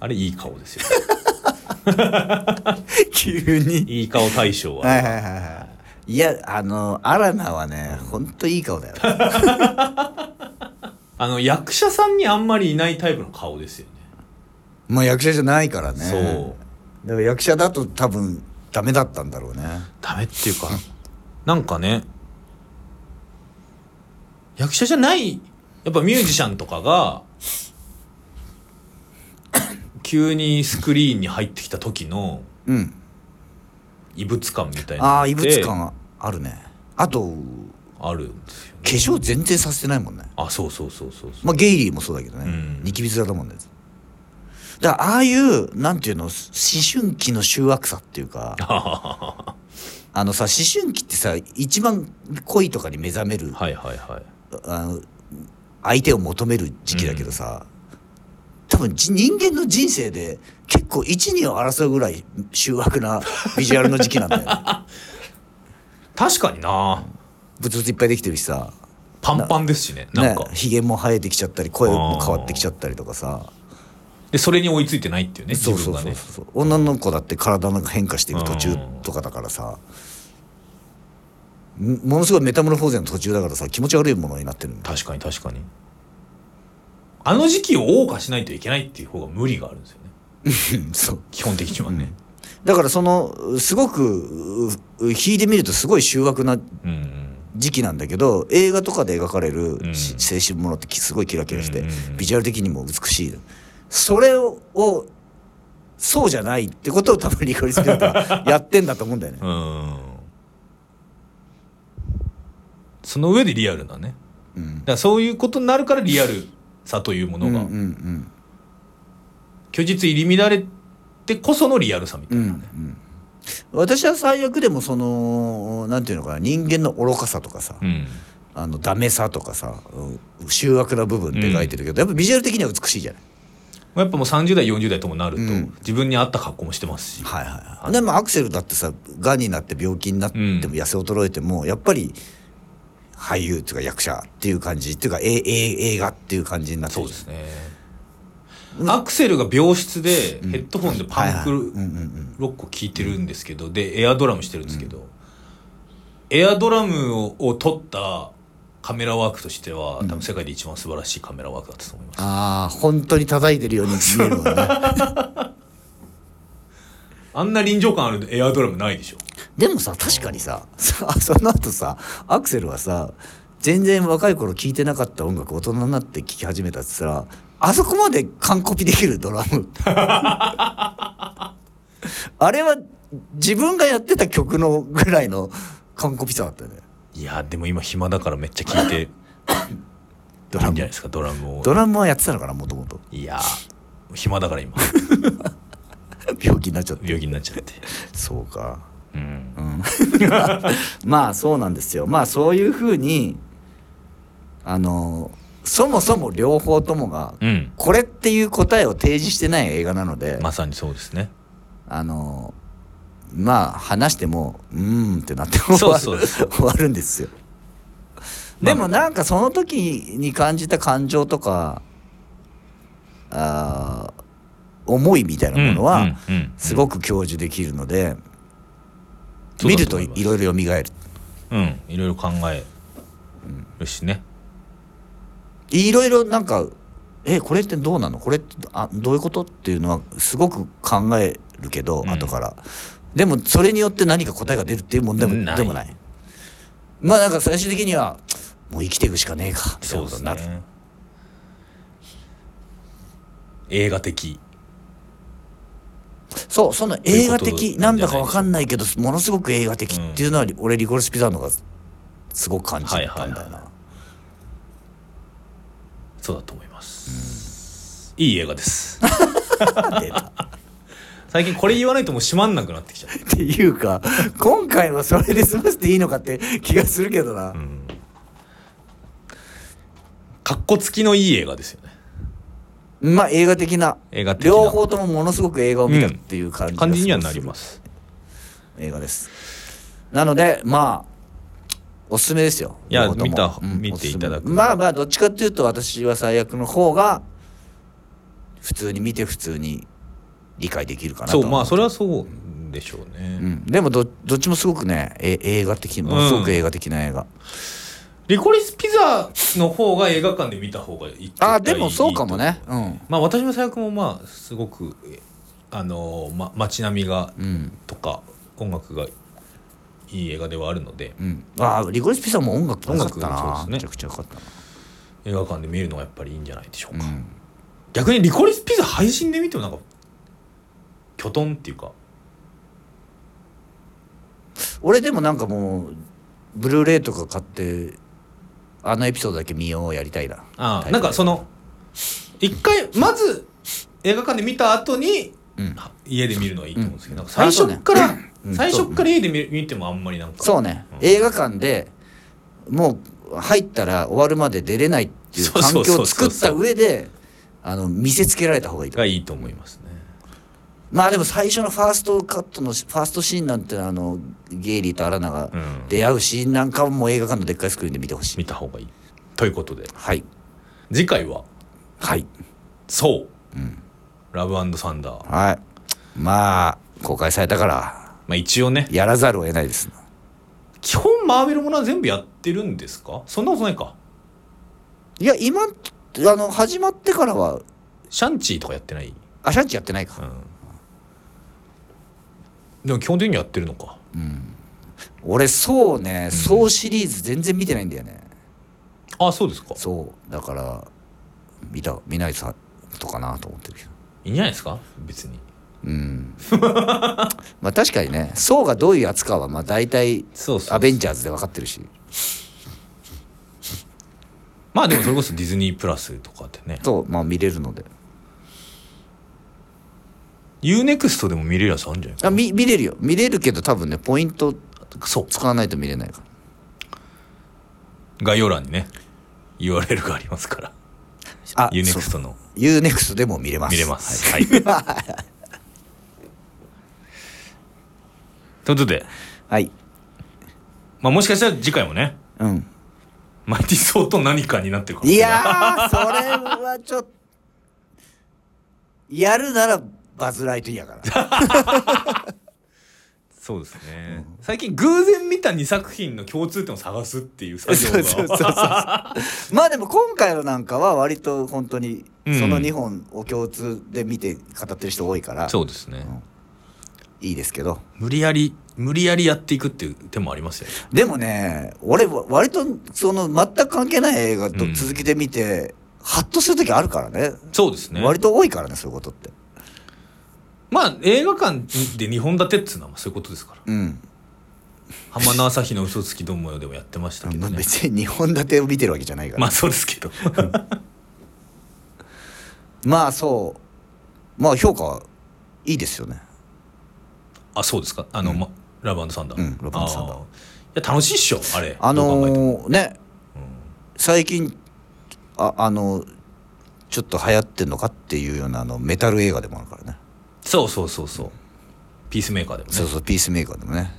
B: あれいい顔ですよ
A: 急に
B: いい顔大賞は
A: はいはいはいはいいやあのアラナはねほんといい顔 だよ
B: あの役者さんにあんまりいないタイプの顔ですよ
A: まあ役者じゃないからね
B: ね。そう
A: だから役者だと多分ダメだったんだろうね
B: ダメっていうかなんかね役者じゃないやっぱミュージシャンとかが急にスクリーンに入ってきた時の
A: うん
B: 異物感みたい
A: あ
B: な
A: あ
B: の
A: 異
B: って
A: 物感あるねあと
B: あるんですよ
A: 化粧全然させてないもんね
B: あそうそうそうそうそう、
A: まあゲイリーもそうだけどね、
B: うん
A: ニキビ面だもんね だからああいうなんていうの思春期の醜悪さっていうかあのさ思春期ってさ一番恋とかに目覚める
B: はいはいはい
A: あの相手を求める時期だけどさ、多分じ人間の人生で結構一二を争うぐらい醜悪なビジュアルの時期なんだよ、ね、
B: 確かにな
A: ブツブツいっぱいできてるしさ
B: パンパンですしねなんか、
A: ねひげも生えてきちゃったり声も変わってきちゃったりとかさ
B: でそれに追いついてないっていうね自
A: そうそ
B: 分
A: う
B: が
A: そう
B: ね
A: そう女の子だって体なんか変化していく途中とかだからさ、んものすごいメタモルフォーゼの途中だからさ気持ち悪いものになってるん だよ
B: 確かに確かにあの時期を謳歌しないといけないっていう方が無理があるんですよね
A: そう
B: 基本的にはね
A: だからそのすごくう引いてみるとすごい醜悪な
B: うん、うん
A: 時期なんだけど映画とかで描かれる
B: ん
A: し青春ものってきすごいキラキラして、
B: うんうんうん
A: ビジュアル的にも美しいそれををそうじゃないってことを多分リコリス・ペルがやってんだと思うんだ よね
B: うんその上でリアルなね、だからそういうことになるからリアルさというもの
A: うんう
B: が、
A: ん
B: 虚実入り乱れてこそのリアルさみた
A: う
B: い
A: んう
B: な、
A: んうん私は最悪でもそのなんていうのかな人間の愚かさとかさ、
B: うん
A: あのダメさとかさうん醜悪な部分で描いてるけど、やっぱビジュアル的には美しいじゃない
B: やっぱもう30代40代ともなると、
A: うん
B: 自分に合った格好もしてますし、
A: はいはいはい、でもアクセルだってさがんになって病気になっても
B: うん
A: 痩せ衰えても、やっぱり俳優っていうか役者っていう感じっていうかええ映画っていう感じになって
B: そう
A: る
B: ですね、アクセルが病室でヘッドホンでパンク
A: はいはいうんうんうん
B: ロックを聴いてるんですけどでエアドラムしてるんですけど、エアドラムをを撮ったカメラワークとしては多分世界で一番素晴らしいカメラワークだったと思います、
A: ああ本当に叩いてるように見えるもんね
B: あんな臨場感あるエアドラムないでしょ
A: でもさ確かにささその後さアクセルはさ全然若い頃聴いてなかった音楽大人になって聴き始めたって言ったらあそこまで完コピできるドラムあれは自分がやってた曲のぐらいの完コピさだったよね
B: いやでも今暇だからめっちゃ聴いて
A: ド
B: いい
A: ラ
B: んじゃ
A: ム
B: ないですかドラムを
A: ドラムはやってたのかなもともと
B: いや暇だから今
A: 病気になっちゃって
B: 病気になっちゃって
A: そうか
B: うん
A: まあそうなんですよまあそういうふうにあのそもそも両方ともが、
B: うん
A: これっていう答えを提示してない映画なので、
B: まさにそうですね。
A: あのまあ話してもうーんってなって終わる
B: そうそうそ
A: 終わるんですよでもなんかその時に感じた感情とかあー思いみたいなものは
B: うんうんうん
A: すごく享受できるので
B: そう
A: 見
B: だ
A: る
B: と
A: と
B: 思い
A: い
B: ます
A: ろいろ蘇る
B: うん、いろいろ考えるしね。
A: いろいろなんかえこれってどうなのこれってあどういうことっていうのはすごく考えるけど、
B: うん
A: 後からでもそれによって何か答えが出るっていう問題も
B: ない
A: でもないまあなんか最終的にはもう生きていくしかねえかみたいなことになる、
B: ね。映画的。
A: そうその映画的なんだかわかんないけどものすごく映画的
B: うん
A: っていうのは、俺リコルス・ピザーノがすごく感じたんだよな、
B: はいはいはそうだと思います。いい映画です。
A: 出た
B: 最近これ言わないともう閉まんなくなってきちゃって。
A: っていうか今回はそれで済ませていいのかって気がするけどな、
B: かっこつきのいい映画ですよね。
A: まあ映画的な
B: 映画的な
A: 両方ともものすごく映画を見たっていう感じ,、
B: 感じにはなります。
A: 映画ですなのでまあおすすめですよ
B: いや
A: 両方とも
B: 見た
A: うん
B: 見ていただく
A: おすすめまあまあどっちかっていうと私は最悪の方が普通に見て普通に理解できるかなと
B: そう、まあ
A: あ
B: それはそうでしょうね。
A: うん、でもどどっちもすごくねえ映画的ものすごく映画的な映画、
B: リコリスピザの方が映画館で見た方がいい。
A: ああでもそうかもねうん
B: まあ私も最悪もまあすごくえあのーま街並みが
A: うん
B: とか音楽がいい映画ではあるので
A: うん、ああリコリス・ピザも音楽良かった
B: 音楽
A: な、
B: そう
A: め
B: ですね
A: ちゃくちゃ良かったな
B: 映画館で見るのがやっぱりいいんじゃないでしょうか、
A: うん
B: 逆に「リコリスピザ」配信で見てもなんかきょとんっていうか
A: 俺でもなんかもうブルーレイとか買ってあのエピソードだけ見ようやりたいな
B: ああなんかその一回まず映画館で見た後に、
A: うん
B: は家で見るのはいいと思うんですけど、
A: うん
B: なんか最初から
A: うん
B: 最
A: そ
B: 初
A: う
B: っから A で見見てもあんまりなんか
A: そうね、
B: ん
A: 映画館でもう入ったら終わるまで出れないっていう
B: そう
A: 環
B: そう
A: 境
B: そ
A: を
B: う
A: 作
B: そう
A: った上であの見せつけられた方がいいと
B: がいいと思いますね
A: まあでも最初のファーストカットのしファーストシーンなんてのはあのゲイリーとアラナが
B: うん
A: 出会うシーンなんかも映画館のでっかいスクリーンで見てほしい、
B: 見た方がいいということで
A: はい
B: 次回は
A: はい
B: そう、ラブサンダー、ま
A: はいまあ公開されたから
B: あ、一応ね
A: やらざるを得ないです
B: 基本マーベルものは全部やってるんですかそんなことないか
A: いや今あの始まってからは
B: シャンチーとかやってない
A: あシャンチやってないか、
B: うんでも基本的にやってるのか
A: 俺そうね、そうシリーズ全然見てないんだよね
B: あそうですか
A: そうだから見た見ないさとかなと思ってるけど
B: いいんじゃないですか別に
A: うん まあ確かにね層がどういうやつかはまあ大体
B: そうそう
A: アベンジャーズで分かってるし
B: まあでもそれこそディズニープラスとかってね
A: そうまあ見れるので
B: UNEXT でも見れるやつあるんじゃないか
A: あ見見れるよ見れるけど多分ねポイント
B: そう
A: 使わないと見れないから
B: 概要欄にね URL がありますから
A: あ
B: UNEXT の
A: UNEXT でも見れます
B: 見れますはい、ということで、
A: はい、
B: まあ、もしかしたら次回もね
A: うん
B: マイティソーと何かになってるかも
A: いやーそれはちょっとやるならバズ・ライトイヤーから
B: そうですね、最近偶然見た2作品の共通点を探すっていう作業
A: そ
B: が
A: うそうそうそうまあでも今回のなんかは割と本当に
B: うん
A: その2本を共通で見て語ってる人多いから、
B: そうですね、
A: いいですけど
B: 無理やり無理やりやっていくっていう手もありますよね
A: でもね俺は割とその全く関係ない映画と
B: うん
A: 続きで見て、ハッとする時あるからね
B: そうですね
A: 割と多いからねそういうことって
B: まあ映画館で2本立てっつうのはそういうことですから
A: うん、
B: 浜野朝日の嘘つきどもよでもやってましたけどね
A: 別に2本立てを見てるわけじゃないから、
B: まあそうですけど
A: まあそうまあ評価はいいですよね
B: あそうですかあの、まラブサンダー、
A: うんラブサンダー
B: あいや楽しいっしょあれ
A: あ
B: どう考えても
A: のーね最近ああのちょっと流行ってんのかっていうようなあのメタル映画でもあるからね
B: そうそうそうそうピースメーカーでもね
A: そうそうピースメーカーでもね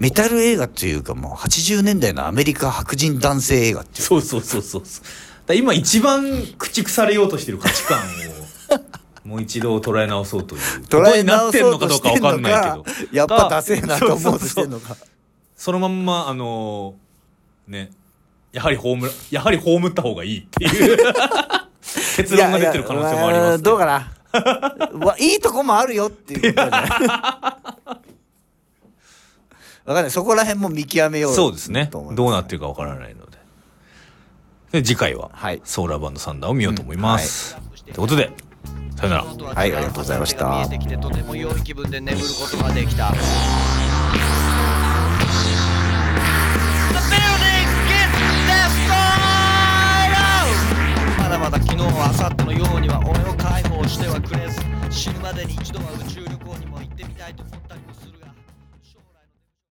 A: メタル映画っていうかもう80年代のアメリカ白人男性映画っていう
B: そうそうそうそうそうだから今一番駆逐されようとしてる価値観をもう一度捉え直そうという
A: 捉え直
B: ことになってん
A: そ
B: の
A: う
B: か
A: と
B: ど
A: し
B: うか
A: て
B: わ
A: んの
B: か
A: か
B: んないけど
A: やっぱダセえなと思うとしてんのか
B: そのまんまあのーねやはり葬らやはり葬った方がいいっていう 結論が出てる可能性もあり
A: いやい
B: ま
A: や
B: すけ
A: どう
B: ど
A: かなわいいとこもあるよっていう ことじゃないわかんないそこら辺も見極めよう
B: そうですね
A: と思います
B: どうなってるかわからないのでで次回は、
A: はい
B: ソーラーバンドサンダーを見ようと思います、ということでさよなら
A: はいありがとうございました
C: 見えてきてとても良い気分で眠ることができた The building gets destroyed! まだまだ昨日は明後日のようには俺を解放してはくれず死ぬまでに一度は宇宙旅行にも行ってみたいと思ったり